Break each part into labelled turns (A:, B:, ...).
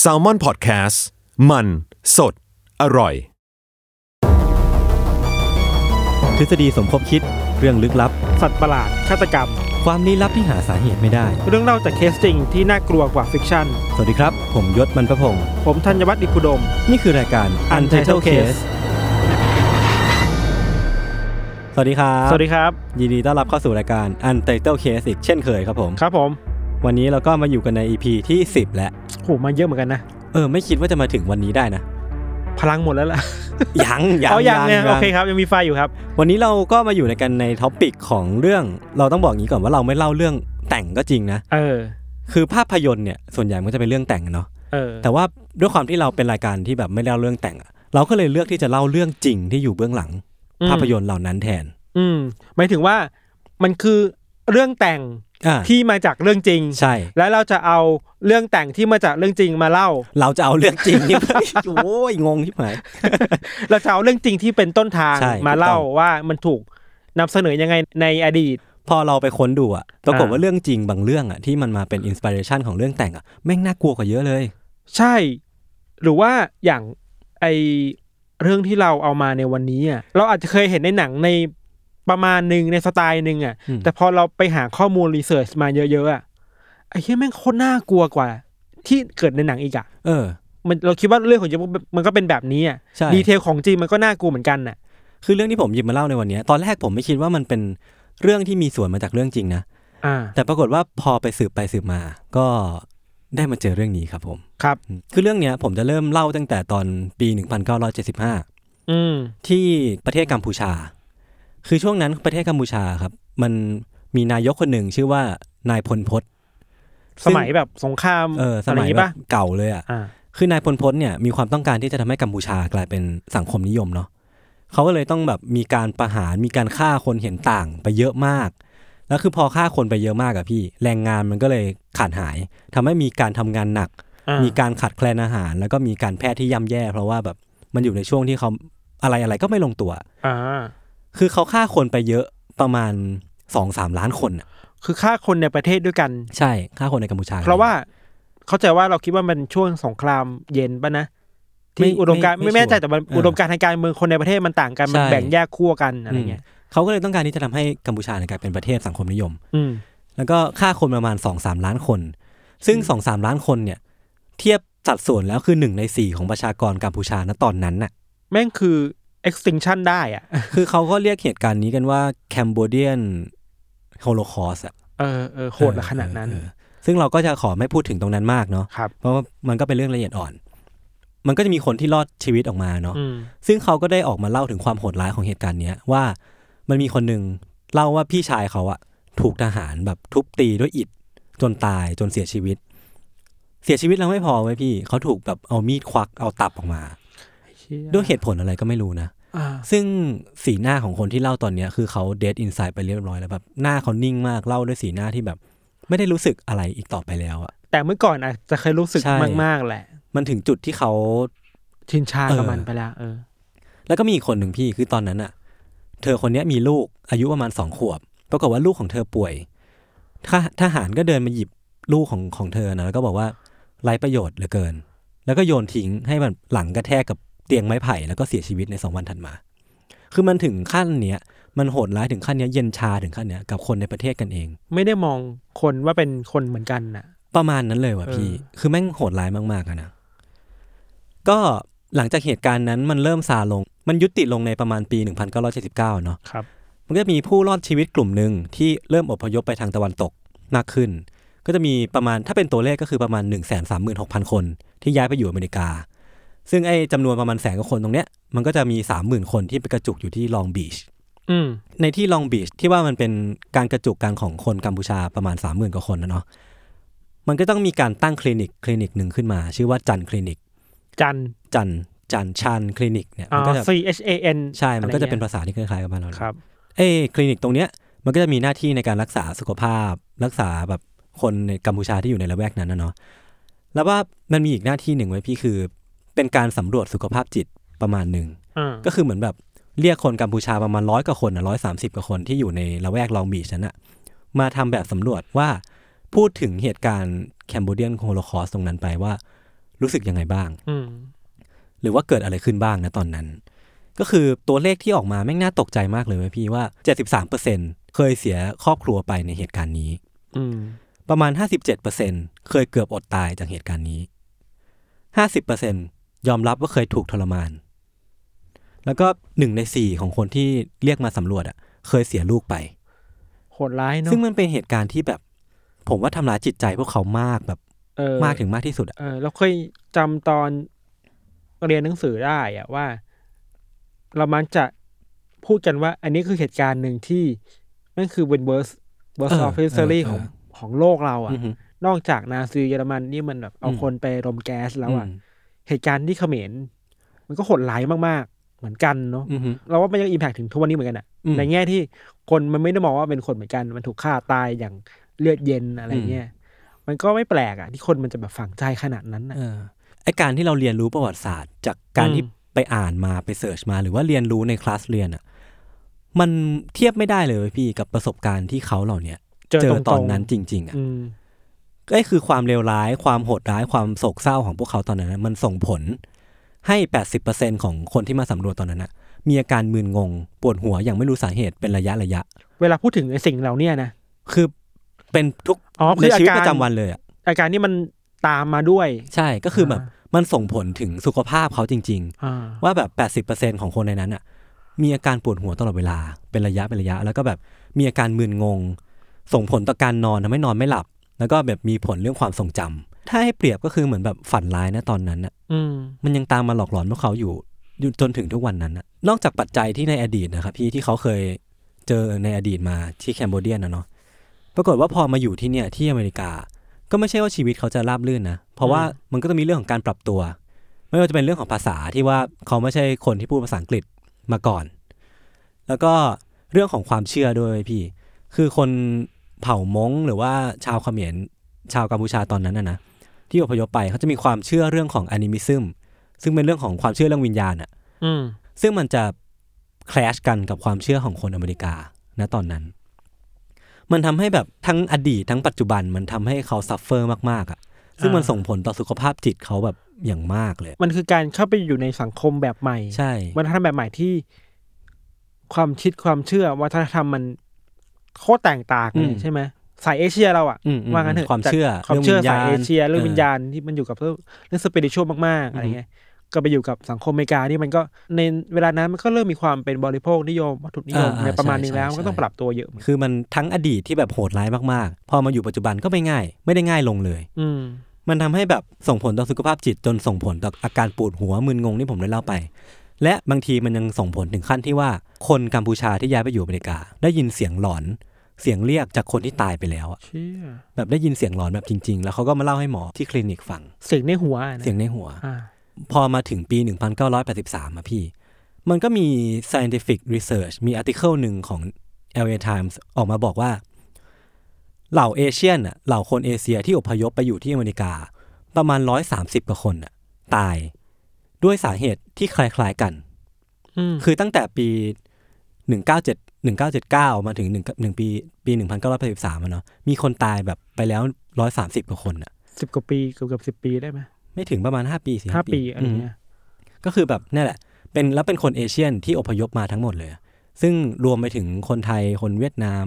A: แซลมอนพอดแคสต์มันสดอร่อย
B: ทฤษฎีสมคบคิดเรื่องลึกลับ
C: สัตว์ประหลาด ฆาตกรรม
B: ความลี้ลับที่หาสาเหตุไม่ได้
C: เรื่องเล่าจากเคสจริงที่น่ากลัวกว่าฟิกชั่น
B: สวัสดีครับ ผมยศมันประพงศ์
C: ผมธัญวัฒน์อิพุดม
B: นี่คือรายการ Untitled Case สวัสดีครับ
C: สวัสดีครับ
B: ยินดีต้อนรับเข้าสู่รายการ Untitled Case อีกเช่นเคยครับผม
C: ครับผม
B: วันนี้เราก็มาอยู่กันใน EP ที่ 10 แล้ว
C: โหมาเยอะเหมือนกันนะ
B: เออ ไม่คิดว่าจะมาถึงวันนี้ได้นะ
C: พลังหมดแล้วล่ะ
B: ยังยัง
C: อ๋อยังเนี่ย
B: ยัง
C: โอเคครับ ยังมีไฟอยู่ครับ
B: วันนี้เราก็มาอยู่ในกันในท็อปิกของเรื่องเราต้องบอกอย่างนี้ก่อนว่าเราไม่เล่าเรื่องแต่งก็จริงนะ
C: เออ
B: คือภาพยนตร์เนี่ยส่วนใหญ่มันก็จะเป็นเรื่องแต่งเนาะ
C: เออ
B: แต่ว่าด้วยความที่เราเป็นรายการที่แบบไม่เล่าเรื่องแต่งอะเราก็เลยเลือกที่จะเล่าเรื่องจริงที่อยู่เบื้องหลัง
C: อืม
B: ภาพยนตร์เหล่านั้นแทน
C: อืมหมายถึงว่ามันคือเรื่องแต่ง
B: อ่า
C: ที่มาจากเรื่องจริง
B: ใช่
C: และเราจะเอาเรื่องแต่งที่มาจากเรื่องจริงมาเล่า
B: เราจะเอาเรื่องจริงนี่ โอ้ยงงที่หมาย
C: เราจะเอาเรื่องจริงที่เป็นต้นทาง
B: ใช่
C: มาเล่า
B: ถูกต้อง
C: ว่ามันถูกนำเสนอยังไงในอดีต
B: พอเราไปค้นดูอะปรากฏ
C: อ่า
B: ว่าเรื่องจริงบางเรื่องอะที่มันมาเป็นอินสปิเรชันของเรื่องแต่งอะแม่งน่ากลัวกว่าเยอะเลย
C: ใช่ หรือว่าอย่างไอเรื่องที่เราเอามาในวันนี้อ่ะเราอาจจะเคยเห็นในหนังในประมาณหนึ่งในสไตล์หนึ่งอ่ะ
B: อืม
C: แต่พอเราไปหาข้อมูลรีเสิร์ชมาเยอะๆอ่ะไอ้เหี้ยแม่งโคตรน่ากลัวกว่า ที่เกิดในหนังอีกอ่ะ
B: เออ
C: มันเราคิดว่าเรื่องของจริงมันก็เป็นแบบนี้อ่ะ
B: ใช่
C: ดีเทลของจริงมันก็น่ากลัวเหมือนกันน่ะ
B: คือเรื่องที่ผมหยิบมาเล่าในวันเนี้ยตอนแรกผมไม่คิดว่ามันเป็นเรื่องที่มีส่วนมาจากเรื่องจริงนะ
C: อ่า
B: แต่ปรากฏว่าพอไปสืบไปสืบมา ก็ได้มาเจอเรื่องนี้ครับผม
C: ครับ
B: คือเรื่องเนี้ยผมจะเริ่มเล่าตั้งแต่ตอนปี 1975
C: อืม
B: ที่ประเทศกัมพูชา คือช่วงนั้นประเทศกัมพูชาครับ มันมีนายกคนหนึ่งชื่อว่านายพลพศ ซึ่
C: ส
B: ง
C: มัยแบบสงคราม
B: เออส
C: อะไร
B: มั
C: อยย่างงี้
B: แบ
C: ป่ะ
B: บเก่าเลยอ่ะ
C: อ่า
B: คือนายพลพศเนี่ยมีความต้องการที่จะทำให้กัมพูชากลายเป็นสังคมนิยมเนาะเขาก็เลยต้องแบบมีการประหารมีการฆ่าคนเห็นต่างไปเยอะมาก แล้วคือพอฆ่าคนไปเยอะมากอะพี่ แรงงานมันก็เลยขาดหายทำให้มีการทำงานหนัก
C: อ่ามี
B: มีการขาดแคลนอาหาร แล้วก็มีการแพทย์ที่ย่ำแย่ เพราะว่าแบบมันอยู่ในช่วงที่เขาอะไรอะไรก็ไม่ลงตัว
C: อ่า
B: คือเขาฆ่าคนไปเยอะประมาณสองสามล้านคนอะ
C: คือฆ่าคนในประเทศด้วยกัน
B: ใช่ฆ่าคนในกัมพูชา
C: เพราะว่าเข้าใจว่าเราคิดว่ามันช่วงสงครามเย็นป่ะนะ
B: ไม่
C: ที่อุดมการณ์
B: ไม่
C: ไม่แน่ใจ
B: ชัวร์
C: แต่มัน
B: เอออุ
C: อุดมการณ์ทางการเมืองคนในประเทศมันต่างกันมัน
B: ใช่
C: แบ่งแยกขั้วกันอะไรเงี้ย
B: เขาก็เลยต้องการที่จะทำให้กัมพูชาเนี่ยกลายเป็นประเทศสังคมนิยม
C: อืม
B: แล้วก็ฆ่าคนประมาณสองสามล้านคน ซึ่งสองสามล้านคนเนี่ย เทียบสัดส่วนแล้วคือหนึ่งในสี่ของประชากรกัมพูชาณตอนนั้นน่ะ
C: แม่งคือ extinction ได้อ่ะ
B: คือเขาก็เรียกเหตุการณ์นี้กันว่า Cambodian Holocaust อะ
C: เออเออโหดละขนาดนั้น
B: เออเออซึ่งเราก็จะขอไม่พูดถึงตรงนั้นมากเนาะ
C: ครับ
B: เพราะว่ามันก็เป็นเรื่องละเอียดอ่อน มันก็จะมีคนที่รอดชีวิตออกมาเนาะ
C: อืม
B: ซึ่งเขาก็ได้ออกมาเล่าถึงความโหดร้ายของเหตุการณ์เนี้ยว่ามันมีคนหนึ่งเล่าว่าพี่ชายเขาอะถูกทหารแบบทุบตีด้วยอิฐจนตายจนเสียชีวิต เสียชีวิตแล้วไม่พอไว้ยพี่ เขาถูกแบบเอามีดควักเอาตับออกมา ด้วยเหตุผลอะไรก็ไม่รู้นะ
C: อ่า
B: ซึ่งสีหน้าของคนที่เล่าตอนเนี้ยคือเขาเดทอินไซด์ไปเรียบร้อยแล้วแบบหน้าเขานิ่งมากเล่าด้วยสีหน้าที่แบบ ไม่ได้รู้สึกอะไรอีกต่อไปแล้วอะ
C: แต่เมื่อก่อนอาจจะเคยรู้สึก
B: ใช่
C: มาก ๆ แหละ
B: มันถึงจุดที่เขา
C: ชินชา
B: เออ
C: กับมันไปแล้วเออ
B: แล้วก็มีอีกคนหนึ่งพี่คือตอนนั้นอ่ะ เธอคนเนี้ยมีลูกอายุประมาณสองขวบ ปรากฏว่าลูกของเธอป่วยทหทหารก็เดินมาหยิบลูกของของเธอนะแล้วก็บอกว่าไร้ประโยชน์เหลือเกิน แล้วก็โยนทิ้งให้มันหลังกระแทกกับเตียงไม้ไผ่แล้วก็เสียชีวิตในสองวันถัดมา คือมันถึงขั้นเนี้ยมันโหดร้ายถึงขั้นเนี้ยเย็นชาถึงขั้นเนี้ยกับคนในประเทศกันเอง
C: ไม่ได้มองคนว่าเป็นคนเหมือนกันน่ะ
B: ประมาณนั้นเลยว่ะ
C: เออ
B: พี่ คือแม่งโหดร้ายมากๆอะนะ ก็หลังจากเหตุการณ์นั้นมันเริ่มซาลง มันยุติลงในประมาณปี 1979เนาะ
C: ครับ
B: มันก็จะมีผู้รอดชีวิตกลุ่มหนึ่งที่เริ่มอพยพไปทางตะวันตกมากขึ้น ก็จะมีประมาณถ้าเป็นตัวเลขก็คือประมาณ 1 3 6 0 0 0 คนที่ย้ายไปอยู่อเมริกา ซึ่งไอ้จำนวนประมาณแสนกว่าคนตรงเนี้ยมันก็จะมี 30,000 คนที่ไปกระจุกอยู่ที่ลองบีช
C: อืม
B: ในที่ลองบีชที่ว่ามันเป็นการกระจุกกันของคนกัมพูชาประมาณ 30,000 กว่าคนนะเนาะ มันก็ต้องมีการตั้งคลินิกคลินิกหนึ่งขึ้นมา ชื่อว่าจันคลินิก
C: จัน
B: จันจันชันคลินิกเนี่ย
C: อ๋
B: มัน
C: อ
B: ก็จะ
C: C H A N
B: ใช่ มันก็จะเป็น
C: อไรงี้ย
B: ภาษาที่คล้ายๆกับบ้านเราเลย
C: ครับ
B: เอ้คลินิกตรงเนี้ยมันก็จะมีหน้าที่ในการรักษาสุขภาพ รักษาแบบคนในกัมพูชาที่อยู่ในละแวกนั้นนะเนาะแล้วว่ามันมีอีกหน้าที่หนึ่งไว้พี่คือ เป็นการสำรวจสุขภาพจิตประมาณหนึ่ง
C: อ่า
B: ก็คือเหมือนแบบเรียกคนกัมพูชาประมาณร้อยกว่าคนนะร้อยสามสิบกว่าคนที่อยู่ในละแวกลองบีชนั้นอะมาทำแบบสำรวจว่าพูดถึงเหตุการณ์แคมโบเดียนโฮโลคอสตรงนั้นไปว่า รู้สึกยังไงบ้าง
C: อืม
B: หรือว่าเกิดอะไรขึ้นบ้างนะตอนนั้น ก็คือตัวเลขที่ออกมาแม่งน่าตกใจมากเลยไหมพี่ว่า 73%เคยเสียครอบครัวไปในเหตุการณ์นี้
C: อืม
B: ประมาณ 57%เคยเกือบอดตายจากเหตุการณ์นี้ 50%ยอมรับว่าเคยถูกทรมาน แล้วก็หนึ่งในสี่ของคนที่เรียกมาสำรวจอะเคยเสียลูกไป
C: โหดร้ายเนาะ
B: ซึ่งมันเป็นเหตุการณ์ที่แบบ ผมว่าทำร้ายจิตใจพวกเขามากแบบ
C: เออ
B: มากถึงมากที่สุดอะ
C: เออเราเคยจำตอนเรียนหนังสือได้อะว่า เรามักจะพูดกันว่า อันนี้คือเหตุการณ์หนึ่งที่นั่นคือเป็น worst worst of history ของของโลกเราอ่ะ
B: อือฮึ
C: นอกจากนาซีเยอรมันนี่มันแบบเอา
B: อืม
C: คนไปรมแก๊สแล้วอ่ะ
B: อืม
C: เหตุการณ์ที่เขมรมันก็โหดร้ายมากๆ เหมือนกันเนาะ
B: อือฮึ
C: เราว่ามันยังอิมแพกถึงทุกวันนี้เหมือนกันอะ
B: อืม
C: ในแง่ที่คนมันไม่ได้มองว่าเป็นคนเหมือนกัน มันถูกฆ่าตายอย่างเลือดเย็นอะไรเงี้ยมันก็ไม่แปลกอะที่คนมันจะแบบฝังใจขนาดนั้นนะ
B: เออไอการที่เราเรียนรู้ประวัติศาสตร์ จากการ
C: อืม
B: ที่ไปอ่านมาไปเสิร์ชมา หรือว่าเรียนรู้ในคลาสเรียนอ่ะมันเทียบไม่ได้เลยเว้ยพี่กับประสบการณ์ที่เขาเหล่าเนี้ยเจอตอนนั้นจริง ๆอ่ะ
C: อืม
B: ก็คือความเลวร้าย ความโหดร้ายความโศกเศร้าของพวกเขาตอนนั้นนะมันส่งผลให้ 80%ของคนที่มาสำรวจตอนนั้นอ่ะมีอาการมึนงง ปวดหัวอย่างไม่รู้สาเหตุเป็นระยะระยะ
C: เวลาพูดถึงไอ้สิ่งเหล่าเนี้ยนะ
B: คือเป็นทุก
C: อ๋อคือ
B: ในชีวิตป
C: อาการ
B: ระจำวันเลยอ่ะ
C: อาการนี่มันตามมาด้วย
B: ใช่ก็คือแบบ
C: อ่า
B: มันส่งผลถึงสุขภาพเขาจริง
C: อ่า
B: ๆ ว่าแบบ 80%ของคนในนั้นอ่ะ มีอาการปวดหัวตลอดเวลาเป็นระยะเป็นระยะ แล้วก็แบบมีอาการมึนงง ส่งผลต่อการนอนทำให้นอนไม่หลับ แล้วก็แบบมีผลเรื่องความทรงจำถ้าให้เปรียบก็คือเหมือนแบบฝันร้ายนะตอนนั้นอ่ะ
C: อืม
B: มันยังตามมาหลอกหลอนพวกเขาอยู่อยู่จนถึงทุกวันนั้นน่ะนอกจากปัจจัยที่ในอดีตนะครับพี่ที่เขาเคยเจอในอดีตมาที่แคนเบอร์เดียนะเนาะปรากฏว่าพอมาอยู่ที่เนี่ยที่อเมริกา ก็ไม่ใช่ว่าชีวิตเขาจะราบรื่นนะ เพราะว่ามันก็จะมีเรื่องของการปรับตัว ไม่ว่าจะเป็นเรื่องของภาษาที่ว่าเขาไม่ใช่คนที่พูดภาษาอังกฤษมาก่อน แล้วก็เรื่องของความเชื่อด้วยพี่ คือคนเผ่ามงหรือว่าชาวเขมรชาวกัมพูชาตอนนั้นนะนะที่อพยพไปเขาจะมีความเชื่อเรื่องของอนิมิซึมซึ่งเป็นเรื่องของความเชื่อเรื่องวิญญาณอะ
C: อืม
B: ซึ่งมันจะแคลชกันกับความเชื่อของคนอเมริกาณตอนนั้น มันทำให้แบบทั้งอดีตทั้งปัจจุบันมันทำให้เขาซัฟเฟอร์มากๆอะ่ะ ซึ่งมัน
C: อ่า
B: ส่งผลต่อสุขภาพจิตเขาแบบอย่างมากเลย
C: มันคือการเข้าไปอยู่ในสังคมแบบใหม่
B: ใช่
C: วัฒนธรรมแบบใหม่ที่ความคิดความเชื่อ วัฒนธรรมมันโคตรแตกต่างเลยใช่ไหมสายเอเชียเราอะ
B: อืมอืม
C: ว่างั้นเถอะ
B: ความเชื่อ
C: จากความเชื่อสายเอเชียเรื่องวิญ
B: ณ
C: ญาณที่มันอยู่กับเรื่องเรื่องสปิริตชัวมากๆอะไร
B: อืม
C: เงี้ยก็ไปอยู่กับสังคมอเมริกานี่มันก็ในเวลานั้นมันก็เริ่มมีความเป็นบริโภคนิยมวัตถุนิยมในประมาณหนึงแล้วมันก็ต้องปรับตัวเยอะเหมือนกัน
B: คือมันทั้งอดีตที่แบบโหดร้ายมากๆ พอมาอยู่ปัจจุบันก็ไม่ง่าย ไม่ได้ง่ายลงเลย
C: อืม
B: มันทำให้แบบส่งผลต่อสุขภาพจิตจนส่งผลต่ออาการปวดหัวมึนงงที่ผมได้เล่าไป และบางทีมันยังส่งผลถึงขั้นที่ว่าคนกัมพูชาที่ย้ายไปอยู่อเมริกา ได้ยินเสียงหลอน เสียงเรียกจากคนที่ตายไปแล้วอะ
C: เชี่ย
B: แบบได้ยินเสียงหลอนแบบจริง ๆ แล้วเขาก็มาเล่าให้หมอที่คลินิกฟัง
C: เสียงในหัวนะ
B: เสียงในหัว
C: อ่า
B: พอมาถึงปี 1983อะพี่ มันก็มี scientific research มี article หนึ่งของ LA Times ออกมาบอกว่า เหล่าเอเชียนอะเหล่าคนเอเชียที่อพยพไปอยู่ที่อเมริกา ประมาณ 130กว่าคนอะตายด้วยสาเหตุที่คล้ายๆกัน
C: อืม
B: คือตั้งแต่ปี 197 1979 มาถึง1 1ปีปี 1983อะเนาะมีคนตายแบบไปแล้ว 130กว่าคนอะ
C: สิบกว่าปีเกือบเกือบสิบปีได้ไหม
B: ไม่ถึงประมาณ 5 ปีสิ
C: ห้าปีอะไร
B: ม
C: เงี้ย
B: ก็คือแบบนี่แหละ เป็นแล้วเป็นคนเอเชียนที่อพยพมาทั้งหมดเลยอะซึ่งรวมไปถึงคนไทยคนเวียดนาม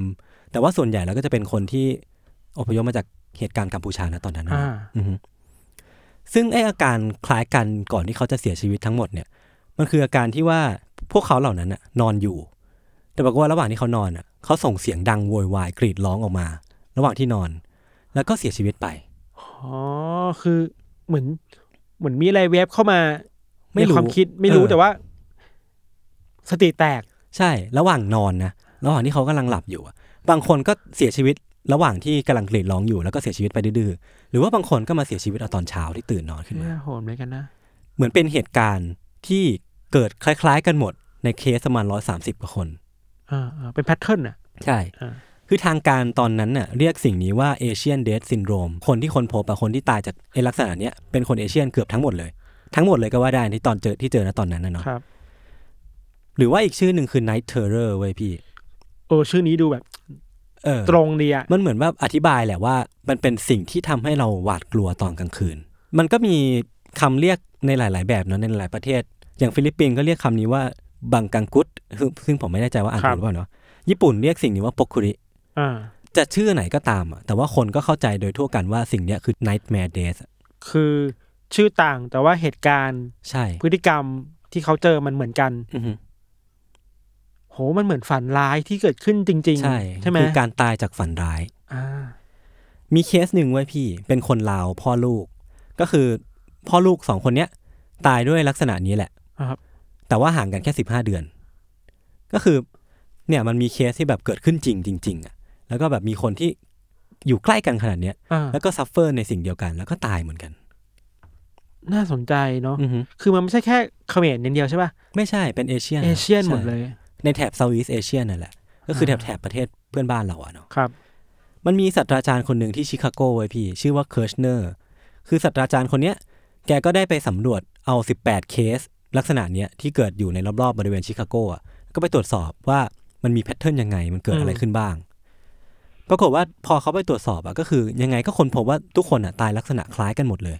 B: แต่ว่าส่วนใหญ่แล้วก็จะเป็นคนที่อพยพมาจาก เหตุการณ์กัมพูชานะตอนนั้นนะ
C: อ่า
B: อือฮึซึ่งไออาการคล้ายกันก่อนที่เขาจะเสียชีวิตทั้งหมดเนี่ย มันคืออาการที่ว่าพวกเขาเหล่านั้นน่ะนอนอยู่ แต่ปรากฏว่าระหว่างที่เขานอนน่ะเขาส่งเสียงดังโวยวายกรีดร้องออกมา ระหว่างที่นอน แล้วก็เสียชีวิตไป
C: อ๋อ คือเหมือน เหมือนมีอะไรแวบเข้ามา
B: ไม่รู้
C: ในความคิดไม่รู้
B: เออ
C: แต่ว่า สติแตก
B: ใช่ ระหว่างนอนนะ ระหว่างที่เขากำลังหลับอยู่อะบางคนก็เสียชีวิตระหว่างที่กำลังกรีดร้องอยู่แล้วก็เสียชีวิตไปดื้อๆหรือว่าบางคนก็มาเสียชีวิตเอาตอนเช้าที่ตื่นนอนขึ้นมา
C: น่าโหดเหมือนกันนะ
B: เหมือนเป็นเหตุการณ์ที่เกิดคล้ายๆกันหมดในเคสประมาณร้อยสามสิบกว่าคน
C: อ่าอ่าเป็นแพทเทิร์นอ่ะ
B: ใช่
C: อ่า
B: คือทางการตอนนั้นน่ะเรียกสิ่งนี้ว่าเอเชียนเด h ซินโดรมคนที่คนพบอะคนที่ตายจากไอ้ลักษณะเนี้ยเป็นคนเอเชียนเกือบทั้งหมดเลย ทั้งหมดเลยก็ว่าได้ที่ตอนเจอที่เจอนะตอนนั้นนะเนาะ
C: ครับ
B: หรือว่าอีกชื่อหนึ่งคือ night terror เว้ยพี่
C: โอ้ชื่อนี้ดูแบบ
B: เออ
C: ตรงดีอ่ะ
B: มันเหมือนว่าอธิบายแหละว่า มันเป็นสิ่งที่ทำให้เราหวาดกลัวตอนกลางคืน มันก็มีคำเรียกในหลาย ๆ แบบเนาะในหลายประเทศ อย่างฟิลิปปินส์ก็เรียกคำนี้ว่าบังกังกุตซึ่งซึ่งผมไม่แน่ใจว่าอ่าน
C: ครั
B: ถูกห
C: บ
B: รือเปล่าเนาะญี่ปุ่นเรียกสิ่งนี้ว่าปกคุริ
C: อ่า
B: จะชื่อไหนก็ตามอ่ะแต่ว่าคนก็เข้าใจโดยทั่วกันว่าสิ่งเนี้ยคือ nightmare days อะ
C: คือชื่อต่างแต่ว่าเหตุการณ์
B: ใช่
C: พฤติกรรมที่เขาเจอมันเหมือนกัน
B: อือฮึ
C: โหมันเหมือนฝันร้ายที่เกิดขึ้นจริง ๆ
B: ใช่
C: ใช่ไหม
B: คือการตายจากฝันร้าย
C: อ่า
B: มีเคสหนึ่งไว้ยพี่เป็นคนลาวพ่อลูก ก็คือพ่อลูกสองคนเนี้ยตายด้วยลักษณะนี้แหละ
C: ครับ
B: แต่ว่าห่างกันแค่สิบห้าเดือน ก็คือเนี่ยมันมีเคสที่แบบเกิดขึ้นจริงจริงๆอ่ะแล้วก็แบบมีคนที่อยู่ใกล้กันขนาดเนี้ย
C: อ่า
B: แล้วก็ซัฟเฟอร์ในสิ่งเดียวกันแล้วก็ตายเหมือนกัน
C: น่าสนใจเนาะ
B: อือฮึ
C: คือมันไม่ใช่แค่เขมรอย่างเดียวใช่ป่ะ
B: ไม่ใช่เป็นเอเชียน
C: เอเชียนหมดเลย
B: ในแถบเซาท์อีสเอเชียนั่นแหละ ก็คือแถบแถบประเทศเพื่อนบ้านเราอะเนาะ
C: ครับ
B: มันมีศาสตราจารย์คนหนึ่งที่ชิคาโกไว้ยพี่ ชื่อว่าเคิร์ชเนอร์ คือศาสตราจารย์คนเนี้ย แกก็ได้ไปสำรวจเอา 18 เคส ลักษณะเนี้ยที่เกิดอยู่ในรอบๆ บริเวณชิคาโกอ่ะก็ไปตรวจสอบว่ามันมีแพทเทิร์นยังไง มันเกิดอะไร
C: อืม
B: ขึ้นบ้าง ปรากฏว่าพอเขาไปตรวจสอบอ่ะก็คือยังไงก็คนพบว่าทุกคนอ่ะตายลักษณะคล้ายกันหมดเลย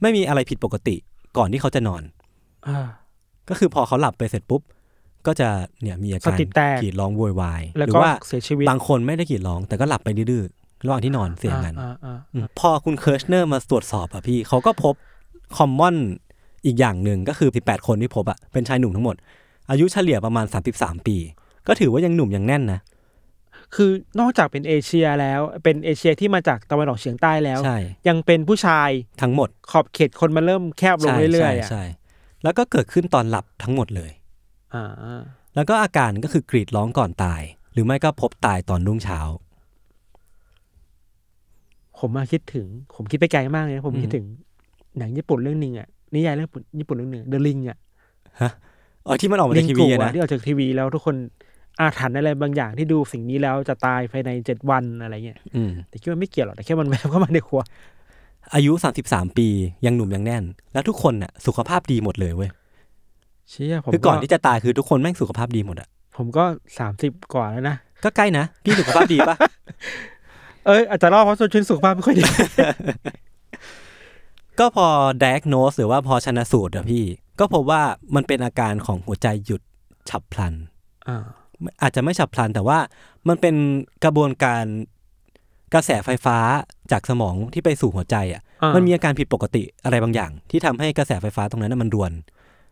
B: ไม่มีอะไรผิดปกติก่อนที่เขาจะนอน
C: อ่า
B: ก็คือพอเขาหลับไปเสร็จปุ๊บ ก็จะเนี่ยมีอาการ
C: สติแตก
B: กรีดร้องโวยวาย
C: แล้ว
B: หรื
C: ก็
B: ว่า
C: เสียชีวิต
B: บางคนไม่ได้กรีดร้องแต่ก็หลับไปดื้อๆระหว่างที่นอนเสียงนั้น
C: อ่าอ่า
B: อืมพอคุณเคิร์ชเนอร์มาตรวจสอบอะพี่เขาก็พบคอมมอนอีกอย่างหนึ่งก็คือ 18 คนที่พบอะเป็นชายหนุ่มทั้งหมด อายุเฉลี่ยประมาณ 33 ปี ก็ถือว่ายังหนุ่มยังแน่นนะ
C: คือนอกจากเป็นเอเชียแล้ว เป็นเอเชียที่มาจากตะวันออกเฉียงใต้แล้ว
B: ใช่
C: ยังเป็นผู้ชาย
B: ทั้งหมด
C: ขอบเขตคนมันเริ่มแคบลง
B: ใช่
C: เรื่อ
B: ใช่
C: ยๆอ่ะ
B: ใช่แล้วก็เกิดขึ้นตอนหลับทั้งหมดเลย
C: อ่าอ่า
B: แล้วก็อาการก็คือกรีดร้องก่อนตาย หรือไม่ก็พบตายตอนรุ่งเช้า
C: ผมมาคิดถึง ผมคิดไปไกลมากเลยนะผม
B: อืม
C: คิดถึง หนังญี่ปุ่นเรื่องหนึ่งอ่ะนิยายเรื่องญี่ปุ่นเรื่องหนึ่งเดลิงอ่ะ
B: อ๋อที่มันออกมา
C: ลิ
B: ใน
C: ง
B: ที
C: ก
B: วี
C: ลัว
B: อะนะ
C: ที่ออกจากทีวีแล้วทุกคนอาถรรพ์อะไรบางอย่างที่ดูสิ่งนี้แล้วจะตายภายในเจ็ดวันอะไรเงี้ย
B: อืม
C: แต่คิดว่าไม่เกี่ยวหรอกแต่แค่มันแวบเข้ามาในครัว
B: อายุ 33 ปียังหนุ่มยังแน่น แล้วทุกคนน่ะสุขภาพดีหมดเลยเว้ย
C: เชี่ยผม
B: คือก่อนที่จะตายคือทุกคนแม่งสุขภาพดีหมดอะ
C: ผมก็สามสิบกว่าแล้วนะ
B: ก็ใกล้นะ พี่สุขภาพดี ปะ
C: เอ้ยอาจจะรอดเพราะโซชินสุขภาพไม่ ค่อยดี
B: ก็พอ diagnose หรือว่าพอชนะสูตรอะพี่ ก็พบว่ามันเป็นอาการของหัวใจหยุดฉับพลัน
C: อ่า
B: อาจจะไม่ฉับพลันแต่ว่ามันเป็นกระบวนการกระแสไฟฟ้าจากสมองที่ไปสู่หัวใจอะ
C: มั
B: มันมีอาการผิดปกติอะไรบางอย่าง ที่ทำให้กระแสไฟฟ้าตรงนั้นนะมันรวน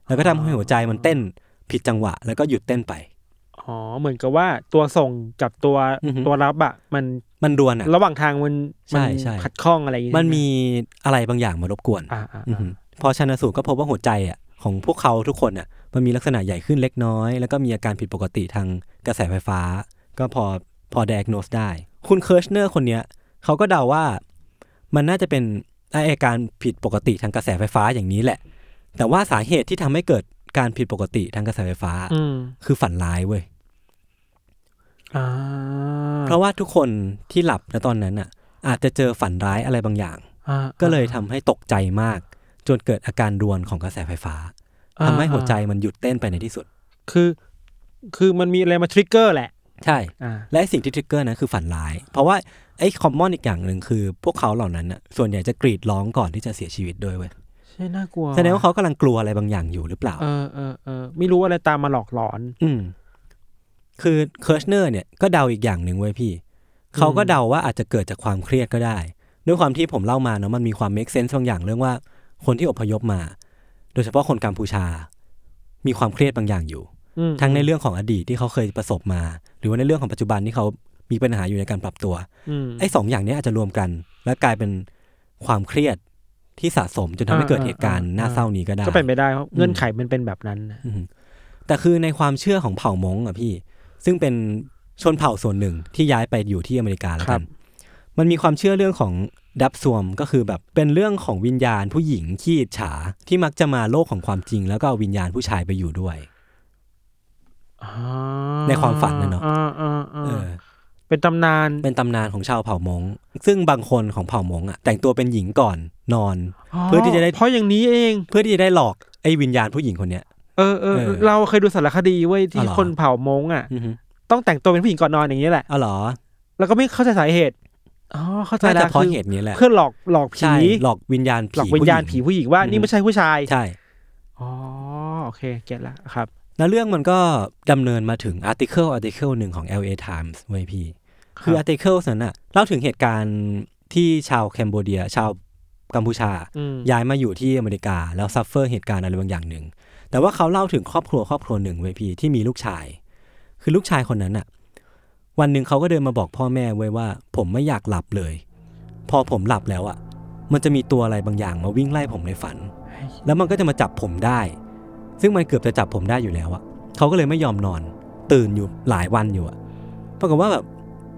B: แล้วก็ทำให้หัวใจมันเต้นผิดจังหวะ แล้วก็หยุดเต้นไป
C: อ๋อเหมือนกับว่าตัวส่งกับตัว
B: อือฮึ
C: ตัวรับอะมัน
B: มันรวนอะ
C: ระหว่างทางมัน
B: ใช่
C: มั
B: ใช่
C: ขัดข้องอะไรอย่างงี้
B: มันมีอะไรบางอย่างมารบกวน
C: อ่าอ่า
B: อมพอชันสูตรก็พบว่าหัวใจอ่ะของพวกเขาทุกคนอ่ะมันมีลักษณะใหญ่ขึ้นเล็กน้อย แล้วก็มีอาการผิดปกติทางกระแสไฟฟ้า ก็พอพอ diagnose ได้ คุณเคิร์ชเนอร์คนเนี้ยเขาก็เดาว่ามันน่าจะเป็นอาการผิดปกติทางกระแสไฟฟ้าอย่างนี้แหละ แต่ว่าสาเหตุที่ทำให้เกิดการผิดปกติทางกระแสไฟฟ้า
C: อืม
B: คือฝันร้ายเว้ย
C: อ่า
B: เพราะว่าทุกคนที่หลับณตอนนั้นอ่ะ อาจจะเจอฝันร้ายอะไรบางอย่าง
C: อ่า
B: ก็เลยทำให้ตกใจมาก จนเกิดอาการรวนของกระแสไฟฟ้า
C: อ่า
B: ทำให้หัวใจ
C: อ่า
B: มันหยุดเต้นไปในที่สุด
C: คือ คือมันมีอะไรมาทริกเกอร์แหละ
B: ใช่
C: อ่า
B: และไอ้สิ่งที่ทริกเกอร์นั้นคือฝันร้าย เพราะว่าไอ้คอมมอนอีกอย่างหนึ่งคือ พวกเขาเหล่านั้นน่ะส่วนใหญ่จะกรีดร้องก่อนที่จะเสียชีวิตด้วยเว้ย
C: ใช่น่ากลัว
B: แสดงว่าเขากำลังกลัวอะไรบางอย่างอยู่หรือเปล่า
C: เออเออเออไม่รู้อะไรตามมาหลอกหลอน
B: อืม คือเคิร์ชเนอร์เนี่ยก็เดาอีกอย่างหนึ่งเว้ยพี่ เขาก็เดาว่าอาจจะเกิดจากความเครียดก็ได้ ด้วยความที่ผมเล่ามาเนาะมันมีความ make sense บางอย่างเรื่องว่าคนที่อพยพมา โดยเฉพาะคนกัมพูชา มีความเครียดบางอย่างอยู่
C: อืม
B: ทั้งในเรื่องของอดีตที่เขาเคยประสบมา หรือว่าในเรื่องของปัจจุบันที่เขามีปัญหาอยู่ในการปรับตัว
C: อืม
B: ไอ้สองอย่างเนี้ยอาจจะรวมกัน แล้วกลายเป็นความเครียดที่สะสมจนทำให้เกิด
C: อ่า
B: เหตุการณ์
C: อ่า
B: น่าเศร้านี้ก็ได้
C: ก็เป็นไปได้เพราะเงื่อนไขมันเป็นแบบนั้นนะ
B: อืมแต่คือในความเชื่อของเผ่ามงอะพี่ ซึ่งเป็นชนเผ่าส่วนหนึ่งที่ย้ายไปอยู่ที่อเมริกาแล้วกัน มันมีความเชื่อเรื่องของดับซวมก็คือแบบเป็นเรื่องของวิญญาณผู้หญิงขี้อิจฉาที่มักจะมาโลกของความจริง แล้วก็เอาวิญญาณผู้ชายไปอยู่ด้วย
C: อ่า
B: ในความฝันน่ะเนอะ
C: อ่อ่าอ่า
B: เออ
C: เป็นตำนาน
B: เป็นตำนานของชาวเผ่ามงซึ่งบางคนของเผ่ามงอะแต่งตัวเป็นหญิงก่อนนอน เพื่อที่จะได้
C: เพราะอย่างนี้เอง
B: เพื่อที่จะได้หลอกไอ้วิญญาณผู้หญิงคนเนี้ย
C: เออเออ
B: เออ
C: เราเคยดูสารคดีเว้ยที่
B: อ๋อเหรอ
C: คนเผามงอ่ะ
B: อือฮึ
C: ต้องแต่งตัวเป็นผู้หญิงก่อนนอนอย่างนี้แหละ
B: อ๋อเหรอ
C: แล้วก็ไม่เข้าใจสาเหตุอ๋อเข้าใจ
B: น่า
C: แล้
B: จะ
C: ว
B: เพราะ
C: คือ
B: เหตุนี้แหละ
C: เพื่อหลอกหลอกผี
B: ใช่หลอกวิญญาณผี
C: หลอกวิญญาณ
B: ผู้ห
C: ผี
B: ญิง
C: ผู้หญิงว่า
B: อืม
C: นี่ไม่ใช่ผู้ชาย
B: ใช่
C: อ๋อโอเคเก็ตละครับ
B: แล้วเรื่องมันก็ดำเนินมาถึงอาร์ติเคิลอาร์ติเคิลหนึ่งของ LA Times เว้ยพี่
C: ครับ
B: คืออาร์ติเคิลนั้นน่ะเล่าถึงเหตุการณ์ที่ชาวแคนเบเดีย ชาวกัมพูชา
C: อืม
B: ย้ายมาอยู่ที่อเมริกา แล้วซัฟเฟอร์เหตุการณ์อะไรบางอย่างหนึ่ง แต่ว่าเขาเล่าถึงครอบครัวครอบครัวหนึ่งเว้ยพี่ที่มีลูกชาย คือลูกชายคนนั้นน่ะ วันหนึ่งเขาก็เดินมาบอกพ่อแม่เว้ยว่า ผมไม่อยากหลับเลย พอผมหลับแล้วอ่ะ มันจะมีตัวอะไรบางอย่างมาวิ่งไล่ผมในฝัน แล้วมันก็จะมาจับผมได้ ซึ่งมันเกือบจะจับผมได้อยู่แล้วอะเขาก็เลยไม่ยอมนอน ตื่นอยู่หลายวันอยู่อะปรากฏว่าแบบ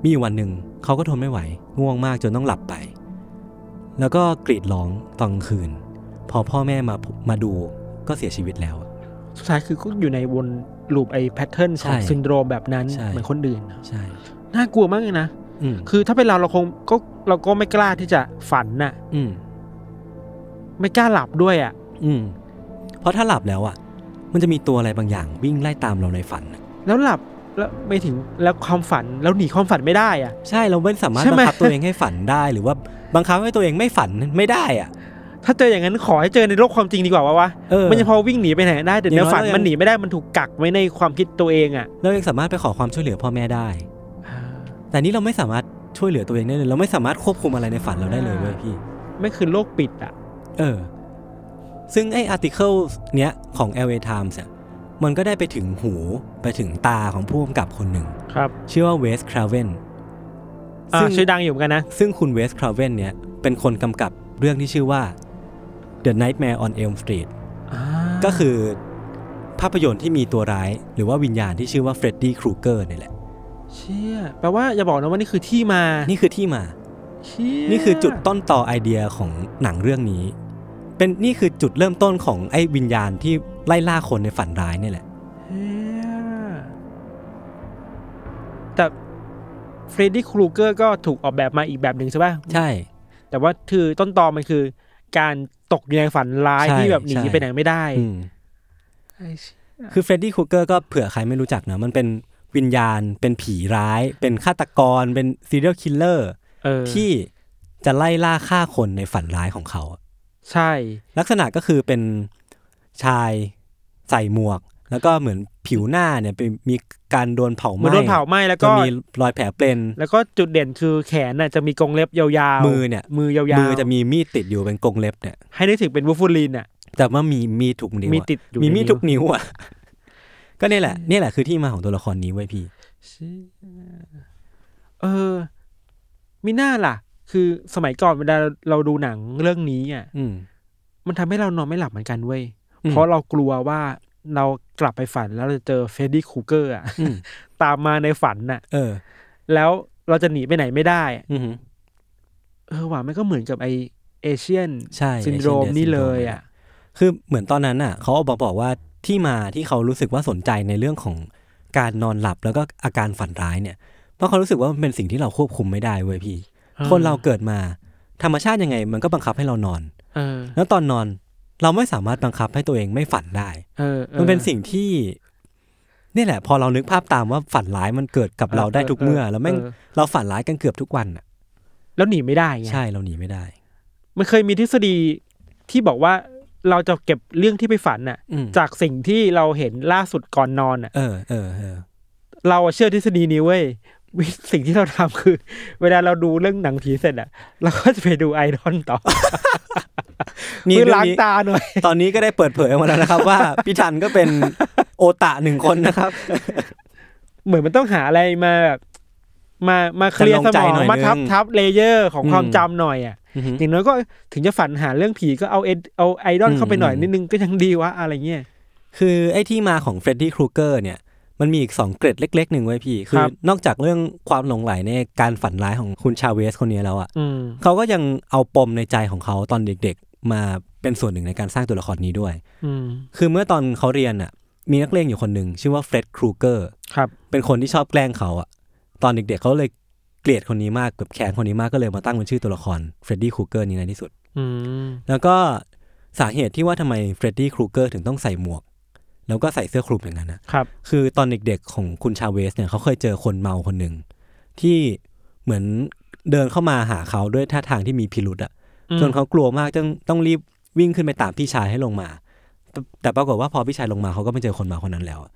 B: มีอยู่วันหนึ่งเขาก็ทนไม่ไหว ง่วงมากจนต้องหลับไป แล้วก็กรีดร้องตอนกลางคืน พอพ่อแม่มามาดูก็เสียชีวิตแล้วอะ
C: สุดท้ายคือก็อยู่ในวนลูปไอ้แพทเทิร์นข
B: ใช่
C: องซินโดรมแบบนั้น
B: ใช่
C: เหมือนคนอื่นนะ
B: ใช่
C: น่ากลัวมากเลยนะ
B: อืม
C: คือถ้าเป็นเราเราคงก็เราก็ไม่กล้าที่จะฝันน่ะ
B: อืม
C: ไม่กล้าหลับด้วยอ่ะ
B: อืม เพราะถ้าหลับแล้วอะมันจะมีตัวอะไรบางอย่างวิ่งไล่ตามเราในฝันอะ
C: แล้วหลับแล้วไม่ถึงแล้วความฝันแล้วหนีความฝันไม่ได้อ่ะ
B: ใช่เราไม่สามารถ
C: ใช่
B: บั
C: ไหม
B: งคับตัวเองให้ฝันได้หรือว่าบังคับให้ตัวเองไม่ฝันไม่ได้อะ
C: ถ้าเจออย่างนั้นขอให้เจอในโลกความจริงดีกว่าวะวะ
B: เออ
C: มันยังพอวิ่งหนีไปไหนได้แต่
B: อ
C: ใน
B: ย่างน้อย
C: ฝัน
B: เรายัง
C: มันหนีไม่ได้มันถูกกักไว้ในความคิดตัวเองอ่ะ
B: เรายังสามารถไปขอความช่วยเหลือพ่อแม่ได้ แต่นี่เราไม่สามารถช่วยเหลือตัวเองได้เลย เราไม่สามารถควบคุมอะไรในฝันเราได้เลยเว้ยพี่
C: ไม่คือโลกปิดอ่ะ
B: เออ ซึ่งไอ้อาร์ติเคิลเนี้ยของ LA Times อะมันก็ได้ไปถึงหูไปถึงตาของผู้กำกับคนหนึ่ง
C: ครับ
B: ชื่อว่าเวสคราเวน
C: อ่า
B: ซึ่ง
C: ชื่อดังอยู่เหมือนกันนะ
B: ซึ่งคุณเวสคราเวนเนี่ยเป็นคนกำกับเรื่องที่ชื่อว่า The Nightmare on Elm Street ก็คือภาพยนตร์ที่มีตัวร้าย หรือว่าวิญญาณที่ชื่อว่าเฟรดดี้ครูเกอร์นี่แหละ
C: เชี่ยแปลว่าอย่าบอกนะว่านี่คือที่มา
B: นี่คือที่มา
C: เชี่ย
B: นี่คือจุดต้นต่อไอเดียของหนังเรื่องนี้ เป็นนี่คือจุดเริ่มต้นของไอ้วิญญาณที่ไล่ล่าคนในฝันร้ายเนี่ยแหละ
C: เชี่ยแต่เฟรดดี้ครูเกอร์ก็ถูกออกแบบมาอีกแบบหนึ่งใช่ป่ะ
B: ใช่
C: แต่ว่าคือต้นตอมันคือ การตกอยู่ในฝันร้าย
B: ใช่
C: ที่แบบหนี
B: ใช่
C: ไปไหนไม่ได้
B: อืม
C: ไอ้เชี่ย
B: คือเฟรดดี้ครูเกอร์ก็เผื่อใครไม่รู้จักนะ มันเป็นวิญญาณ เป็นผีร้าย เป็นฆาตกร เป็นซีเรียลคิลเลอร์
C: เออ
B: ที่จะไล่ล่าฆ่าคนในฝันร้ายของเขา
C: ใช่
B: ลักษณะก็คือเป็นชายใส่หมวก แล้วก็เหมือนผิวหน้าเนี่ยเป็นมีการโดนเผาไห
C: เหมือน
B: ม้
C: โดนเผาไหม้แล้ว
B: จะ
C: ก็
B: มีรอยแผลเป็น
C: แล้วก็จุดเด่นคือแขนน่ะจะมีกรงเล็บยาวๆ
B: มือเนี่ย
C: มือยาวๆ
B: มือจะมีมีดติดอยู่เป็นกรงเล็บเนี่ย
C: ให้นึกถึงเป็นวูฟูลินอ่ะ
B: แต่ว่ามีมีดทุกนิ้วอะ
C: มีติดอยู่
B: มี
C: ใน
B: มีด
C: นิ้ว
B: ทุกนิ้วอ่ะ ก็เนี่ยแหละเนี่ยแหละคือที่มาของตัวละครนี้ไว้ยพี่
C: เออมีหน้าล่ะ คือสมัยก่อนเวลาเราดูหนังเรื่องนี้อ่ะ
B: อืม
C: มันทำให้เรานอนไม่หลับเหมือนกันเว้ย
B: อืม
C: เพราะเรากลัวว่าเรากลับไปฝันแล้วเราจะเจอเฟรดดี้ครูเกอร์อ่ะ
B: อืม
C: ตามมาในฝันน่ะ
B: เออ
C: แล้วเราจะหนีไปไหนไม่ได้อะ
B: อือหือ
C: เออว่ามันก็เหมือนกับไอเอเชียน
B: ใช่
C: ซินโดรม
B: Asian Death
C: นี่เลยอ่ะ
B: คือเหมือนตอนนั้นอ่ะ เขาเอาบอกบอกว่าที่มาที่เขารู้สึกว่าสนใจในเรื่องของการนอนหลับแล้วก็อาการฝันร้ายเนี่ย เพราะเขารู้สึกว่ามันเป็นสิ่งที่เราควบคุมไม่ได้เว้ยพี่
C: อ่า
B: คนเราเกิดมาธรรมชาติยังไง มันก็บังคับให้เรานอน
C: เออ
B: แล้วตอนนอนเราไม่สามารถบังคับให้ตัวเองไม่ฝันได้
C: เออออ
B: มันเป็นสิ่งที่นี่แหละ พอเรานึกภาพตามว่าฝันร้ายมันเกิดกับ
C: เออ
B: เราได้ทุกเมื่อ
C: เออ
B: แล้วแม่ง
C: เออ
B: เราฝันร้ายกันเกือบทุกวันอ่ะ
C: แล้วหนีไม่ได้ไง
B: ใช่เราหนีไม่ได้
C: มันเคยมีทฤษฎีที่บอกว่าเราจะเก็บเรื่องที่ไปฝันน่ะ
B: อืม
C: จากสิ่งที่เราเห็นล่าสุดก่อนนอนน่ะ
B: เออเออเออ
C: เราเชื่อทฤษฎีนี้เว้ย วิสิ่งที่เราทำคือ เวลาเราดูเรื่องหนังผีเสร็จอะเราก็จะไปดูไอดอลต่อ
B: นี่
C: เพื่อ
B: เรื่อ
C: ล้าง ง
B: นี้
C: ตาหน่อย
B: ตอนนี้ก็ได้เปิดเผยออกมาแล้วนะครับ ว่า พี่ทันก็เป็นโอตะหนึ่งคนนะครับ
C: เหมือนมันต้องหาอะไรมาแบบมามาเคลียร์
B: จะล
C: ส
B: องใจ
C: มอง
B: หน่อย
C: มาทับ
B: นึง
C: ทับเลเยอร์ของ
B: อืม
C: ความจำหน่อยอ่ะ
B: อือหือ
C: อย่างน้อยก็ถึงจะฝันหาเรื่องผีก็เอาเอเอาไอดอลเข้าไปหน่อย
B: อืม
C: นิดนึงก็ยังดีวะอะไรเงี้ย
B: คือไอ้ที่มาของเฟรดดี้ครูเกอร์เนี่ยมันมีอีกสองเกร็ดเล็กๆหนึ่งไว้ยพี่ คื
C: ค
B: อ
C: รับ
B: นอกจากเรื่องความหลงไหลในการฝันร้ายของคุณชาเวสคนนี้แล้วอะ
C: อืม
B: เขาก็ยังเอาปมในใจของเขาตอนเด็กๆ มาเป็นส่วนหนึ่งในการสร้างตัวละครนี้ด้วย
C: อืม
B: คือเมื่อตอนเขาเรียนอะมีนักเลงอยู่คนหนึ่งชื่อว่าเฟร็ดครูเกอร์
C: ครับ
B: เป็นคนที่ชอบแกล้งเขาอะตอนเด็กๆเขาเลยเกลียดคนนี้มากเกือบแค้นคนนี้มากก็เลยมาตั้งเป็นชื่อตัวละครเฟรดดี้ครูเกอร์นี้ในที่สุด
C: อืม
B: แล้วก็สาเหตุที่ว่าทำไมเฟรดดี้ครูเกอร์ถึงต้องใส่หมวก แล้วก็ใส่เสื้อคลุมอย่างนั้นนะครับ คือตอนเด็กๆของคุณชาเวสเนี่ยเขาเคยเจอคนเมาคนหนึ่ง ที่เหมือนเดินเข้ามาหาเขาด้วยท่าทางที่มีพิรุษอะ
C: อืม
B: จนเขากลัวมากต้องต้องรีบวิ่งขึ้นไปตามพี่ชายให้ลงมา แต่แต่ปรากฏว่าพอพี่ชายลงมาเขาก็ไม่เจอคนเมาคนนั้นแล้วอะ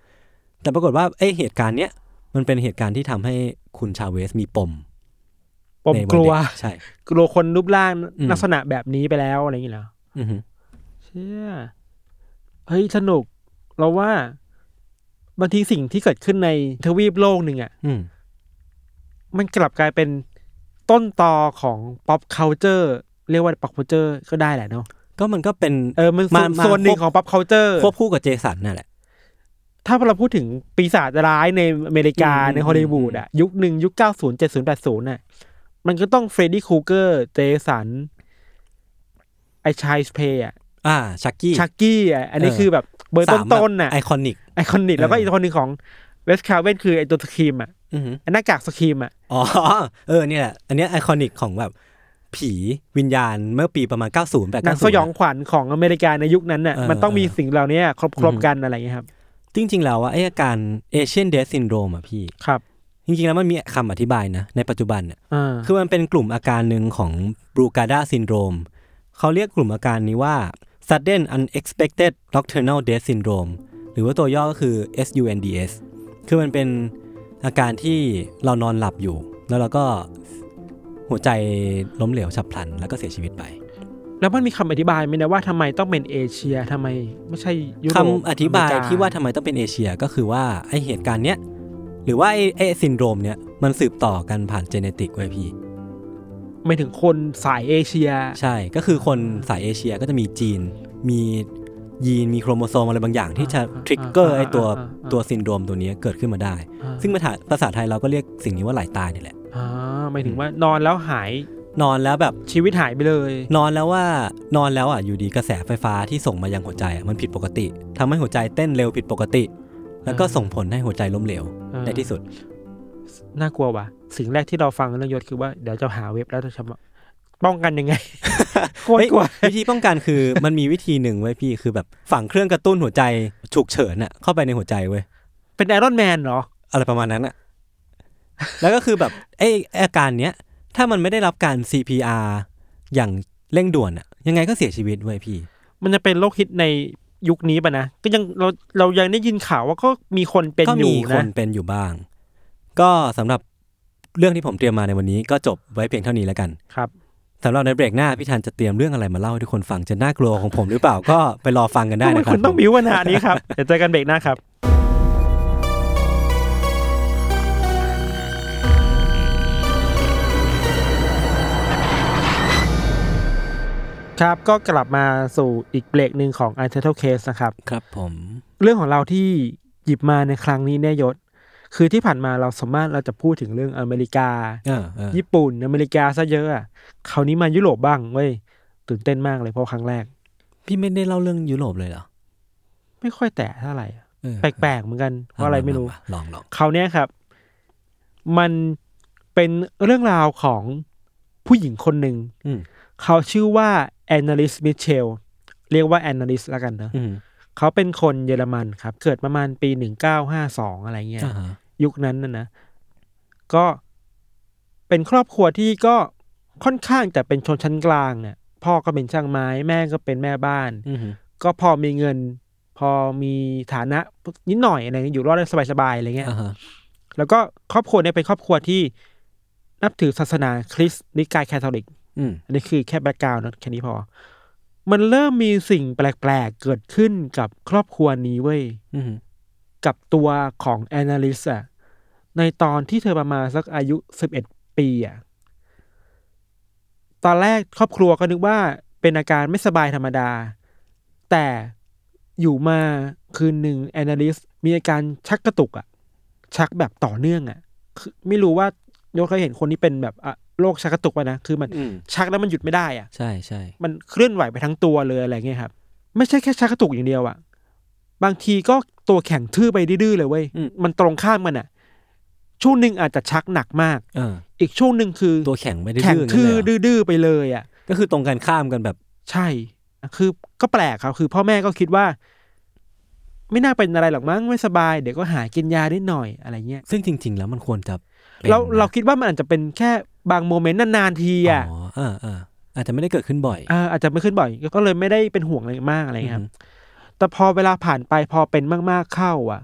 B: แต่ปรากฏว่าไอเหตุการณ์เนี้ยมันเป็นเหตุการณ์ที่ทำให้คุณชาเวสมีปม
C: ผม
B: ในย
C: กลัว
B: ใช่
C: กลัวคนรูปร่าง
B: อืม
C: ลักษณะแบบนี้ไปแล้วอะไรอย่างเงี้ยเหรอ
B: อือฮึ
C: เชี่ยเฮ้ยสนุก เราว่าบางทีสิ่งที่เกิดขึ้นในทวีปโลกหนึ่งอ่ะ
B: อืม
C: มันกลับกลายเป็นต้นตอของ pop culture เรียกว่า pop culture ก็ได้แหละเนาะ
B: ก็มันก็เป็น
C: เออมัน
B: มามา
C: ส่วนหนึ่งของ pop culture
B: ควบคู่กับเจสันนั่นแหละ
C: ถ้าเราพูดถึงปีศาจร้ายในอเมริกา
B: อืม
C: ในฮอลลีวูดอะยุคหนึ่งยุค 90 70 80น่ะมันก็ต้องเฟรดดี้ครูเกอร์เจสัน ไอชายสเพย์อะ
B: อ่าชักกี้
C: ชักกี้อะอันนี้
B: เออ
C: คือแบบเบอร์
B: สา
C: ต้
B: ม
C: น
B: แบบ
C: ๆน่ะ
B: ไอคอนิก
C: ไอคอนิกแล้วก็
B: เอออี
C: อีกคนหนึ่งของเวสคาเวนคือไอตัวสครีมอะ
B: อือหือ
C: ไอ้หน้ากากสครีมอะ
B: อ๋อ เออเนี่ยแหละ อันเนี้ไอคอนิกของแบบผีวิญญาณเมื่อปีประมาณ 90แบบ
C: หนัง
B: 90
C: สยองขวัญของอเมริกาในยุคนั้นน่ะ
B: เออ
C: มันต้องมี
B: เออ
C: สิ่งเหล่านี้ครบครบๆกันอะไรอย่างเงี้ยครับ
B: จริง ๆ แล้วว่าไออาการเอเชียนเดสซินโดมอะพี่
C: ครับ
B: จริง ๆ แล้วมันมีคำอธิบายนะ ในปัจจุบันน่ะ
C: อ่า
B: คือมันเป็นกลุ่มอาการหนึ่งของบรูกาดาซินโดรมเขาเรียกกลุ่มอาการนี้ว่า sudden unexpected nocturnal death syndrome หรือว่าตัวย่อก็คือ SUNDS คือมันเป็นอาการที่เรานอนหลับอยู่ แล้วเราก็หัวใจล้มเหลวฉับพลัน แล้วก็เสียชีวิตไป
C: แล้วมันมีคำอธิบายไหมนะว่าทำไมต้องเป็นเอเชียทำไมไม่ใช่ยุโร
B: คำ
C: ป
B: อธิบาย
C: อเมริก
B: ที่ว่าทำไมต้องเป็นเอเชียก็คือว่าไอเหตุการณ์เนี้ยหรือว่าไอไอซินโดรมเนี้ยมันสืบต่อกันผ่านเจเนติกไว้ยพี่
C: ไม่ถึงคนสายเอเชีย
B: ใช่ ก็คือคนสายเอเชียก็จะมีจีน มียีน มีโครโมโซมอะไรบางอย่างที่จะ
C: อ่า
B: ทริกเกอร์
C: อ่า
B: ไอตัว
C: อ่าอ่า
B: ตัวซินโดรมตัวนี้เกิดขึ้นมาได้
C: อ่า
B: ซึ่งภาษาภาษาไทยเราก็เรียกสิ่งนี้ว่าไหลตายนี่แหละ
C: อ่าหมายถึงว่านอนแล้วหาย
B: นอนแล้วแบบ
C: ชีวิตหายไปเลย
B: นอนแล้วว่านอนแล้วอ่ะอยู่ดีกระแสไฟฟ้าที่ส่งมายังหัวใจอ่ะมันผิดปกติทำให้หัวใจเต้นเร็วผิดปกติ แล้วก็ส่งผลให้หัวใจล้มเหลว
C: อ่า
B: ในที่สุด
C: น่ากลัวว่ะสิ่งแรกที่เราฟังเรื่องยศคือว่าเดี๋ยวจะหาเว็บแล้วจะทำป้องกันยังไง โคตรกลัว
B: เฮ้ยวิธีป้องกันคือ มันมีวิธีหนึ่งไว้ยพี่คือแบบฝังเครื่องกระตุ้นหัวใจฉุกเฉินอ่ะเข้าไปในหัวใจเว้ย
C: เป็นไอรอนแมนเหรอ
B: อะไรประมาณนั้นอะ แล้วก็คือแบบไอ้อาการเนี้ย ถ้ามันไม่ได้รับการ CPR อย่างเร่งด่วนอะยังไงก็เสียชีวิตเว้ยพี่
C: มันจะเป็นโรคฮิตในยุคนี้ป่ะนะ ก็ยังเราเรายังได้ยินข่าวว่าก็มีคนเป็น
B: ก็
C: อ
B: มี
C: ยู่
B: ค
C: นะ
B: นเป็นอยู่บ้าง ก็สำหรับเรื่องที่ผมเตรียมมาในวันนี้ ก็จบไว้เพียงเท่านี้แล้วกัน
C: ครับ
B: สำหรับในเบรกหน้าพี่ทันจะเตรียมเรื่องอะไรมาเล่าให้ทุกคนฟังจะน่ากลัวของผมหรือเปล่า ก็ไปรอฟังกันได้
C: ทำไม
B: นะครับ
C: คุณต้องบิ้วขนาดนี้ ครับเดี๋ยวเจอกันเบรกหน้าครับ ครับก็กลับมาสู่อีกเบรกหนึ่งของ Untitled Case นะครับ
B: ครับผม
C: เรื่องของเราที่หยิบมาในครั้งนี้เนี่ยยศ คือที่ผ่านมาเราสามารถเราจะพูดถึงเรื่องอเมริกา
B: เออเออ
C: ญี่ปุ่นอเมริกาซะเยอะอะคราวนี้มายุโรปบ้างเว้ยตื่นเต้นมากเลยเพราะครั้งแรก
B: พี่ไม่ได้เล่าเรื่องยุโรปเลยเหรอ
C: ไม่ค่อยแตะเท่าไหร่อะ
B: เออ
C: แปลกๆเหมือนกันเพราะอะไรไม่รู้
B: าาลองลอง
C: คราวเนี้ยครับ มันเป็นเรื่องราวของผู้หญิงคนหนึ่ง
B: อืม
C: เขาชื่อว่าแอนนาลิสมิเชลเรียกว่าแอนนาลิสละกันนะ
B: อืม
C: เขาเป็นคนเยอรมันครับ เกิดประมาณปีหนึ่งเก้าห้าสองอะไรเงี้ย
B: อ่าฮะ
C: ยุคนั้นนะนะ ก็เป็นครอบครัวที่ก็ค่อนข้างแต่เป็นชนชั้นกลางเนี่ยพ่อก็เป็นช่างไม้ แม่ก็เป็นแม่บ้าน
B: อืม
C: ก็พอมีเงิน พอมีฐานะนิดหน่อยอะไรเงี้ยอยู่รอดได้สบายๆอะไรเงี้ย
B: อ่าฮะ
C: แล้วก็ครอบครัวเนี่ยเป็นครอบครัวที่นับถือศาสนาคริสต์นิกายแคทอลิก
B: อืม
C: อันนี้คือแค่แบ็กกราวน์นะแค่นี้พอ มันเริ่มมีสิ่งแปลกๆ เกิดขึ้นกับครอบครัวนี้เว้ย
B: อืม
C: กับตัวของแอนนาลิสอะในตอนที่เธอประมาณสักอายุสิบเอ็ดปีอะตอนแรกครอบครัวก็นึกว่าเป็นอาการไม่สบายธรรมดา แต่อยู่มาคืนหนึ่งแอนนาลิสมีอาการชักกระตุกอะชักแบบต่อเนื่องอะคือไม่รู้ว่าโยกเคยเห็นคนที่เป็นแบบอะโรคชักกระตุกปะนะคือมัน
B: อืม
C: ชักแล้วมันหยุดไม่ได้อะ
B: ใช่ใช่
C: มันเคลื่อนไหวไปทั้งตัวเลยอะไรเงี้ยครับ ไม่ใช่แค่ชักกระตุกอย่างเดียวอะบางทีก็ตัวแข็งทื่อไปดื้อๆเลยเว้ย มันตรงข้ามกันอะช่วงหนึ่งอาจจะชักหนักมาก
B: เออ
C: อีกช่วงหนึ่งคือ
B: ตัวแข็งไม่ได้
C: แข็ง
B: ดื้องั้น
C: ทื่อ
B: เลยเหรอ
C: ดื้อๆไปเลยอะ
B: ก็คือตรงกันข้ามกันแบบ
C: ใช่ คือก็แปลกครับ คือพ่อแม่ก็คิดว่า ไม่น่าเป็นอะไรหรอกมั้งไม่สบาย เดี๋ยวก็หายกินยานิดหน่อยอะไรเงี้ย
B: ซึ่งจริง ๆ แล้วมันควรจะป็น
C: เรา
B: นะ
C: เราคิดว่ามันอาจจะเป็นแค่บางโมเมนต์นานๆทีอะ
B: อ๋ออ่าอ่าอาจจะไม่ได้เกิดขึ้นบ่อย
C: เอ่ออาจจะไม่ขึ้นบ่อยก็เลยไม่ได้เป็นห่วงอะไรมากอะไรเงี้ยครับแต่พอเวลาผ่านไปพอเป็นมากๆเข้าอ่ะ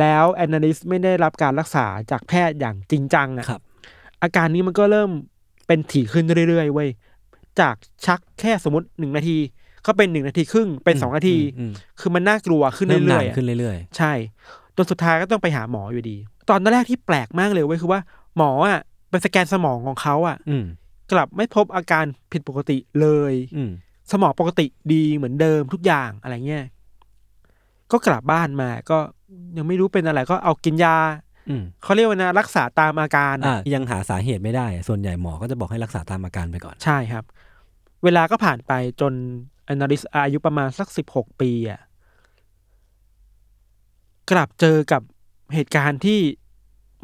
C: แล้วแอนนาลิสไม่ได้รับการรักษาจากแพทย์อย่างจริงจังอ่ะ
B: ครับ
C: อาการนี้มันก็เริ่มเป็นถี่ขึ้นเรื่อยๆเว้ยจากชักแค่สมมติหนึ่งนาที ก็เป็นหนึ่งนาทีครึ่งเป็นสองนาที
B: อืมอืม
C: คือมันน่ากลัวขึ้น
B: เริ่มห
C: เรื่
B: นา
C: อย
B: น
C: ๆอะ
B: ขึ้นเรื่อย
C: ใช่จนสุดท้ายก็ต้องไปหาหมออยู่ดี ตอนแรกที่แปลกมากเลยเว้ยคือว่าหมออ่ะไปสแกนสมองของเขาอ่ะ
B: ๆ อืม
C: กลับไม่พบอาการผิดปกติเลย
B: อืม
C: สมองปกติดีเหมือนเดิมทุกอย่างอะไรเงี้ย ก็กลับบ้านมาก็ยังไม่รู้เป็นอะไรก็เอากินยา
B: อืม
C: เขาเรียกว่านะรักษาตามอาการ
B: อ่า
C: น่ะ
B: ยังหาสาเหตุไม่ได้ ส่วนใหญ่หมอก็จะบอกให้รักษาตามอาการไปก่อน
C: ใช่ครับ เวลาก็ผ่านไปจนอนาลิสอายุประมาณสักสิบหกปีอ่ะ กลับเจอกับเหตุการณ์ที่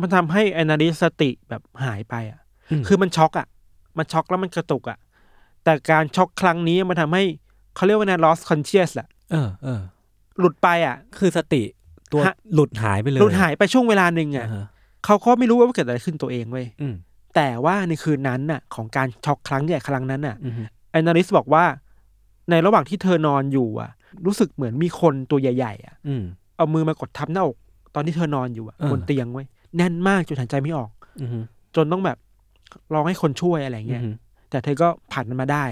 C: มันทำให้อนาลิสสติแบบหายไปอ่ะ
B: อืม
C: คือมันช็อกอ่ะ มันช็อกแล้วมันกระตุกอ่ะ แต่การช็อกครั้งนี้มันทำให้เขาเรียกว่านะ lost conscious แหละ
B: เออเออ
C: หลุดไปอ่ะ
B: คือสติตัว
C: ฮะ
B: หลุดหายไปเลย
C: หลุดหายไปช่วงเวลาหนึ่ง
B: อ่า
C: อ่ะ
B: ฮะ
C: เขาก็ไม่รู้ว่าเกิดอะไรขึ้นตัวเองเว้ย
B: อืม
C: แต่ว่าในคืนนั้นน่ะ ของการช็อกครั้งใหญ่ครั้งนั้นน่ะ
B: อืม
C: แอนนาลิสบอกว่า ในระหว่างที่เธอนอนอยู่อ่ะ รู้สึกเหมือนมีคนตัวใหญ่ ๆ อ่ะ
B: อืม
C: เอามือมากดทับหน้าอกตอนที่เธอนอนอยู่อ่ะ
B: เออ
C: บนเตียงเว้ยแน่นมากจนหายใจไม่ออก
B: อืม
C: จนต้องแบบร้องให้คนช่วยอะไร
B: อื
C: เงี้ย
B: ม
C: แต่เธอก็ผ่านมันมาได้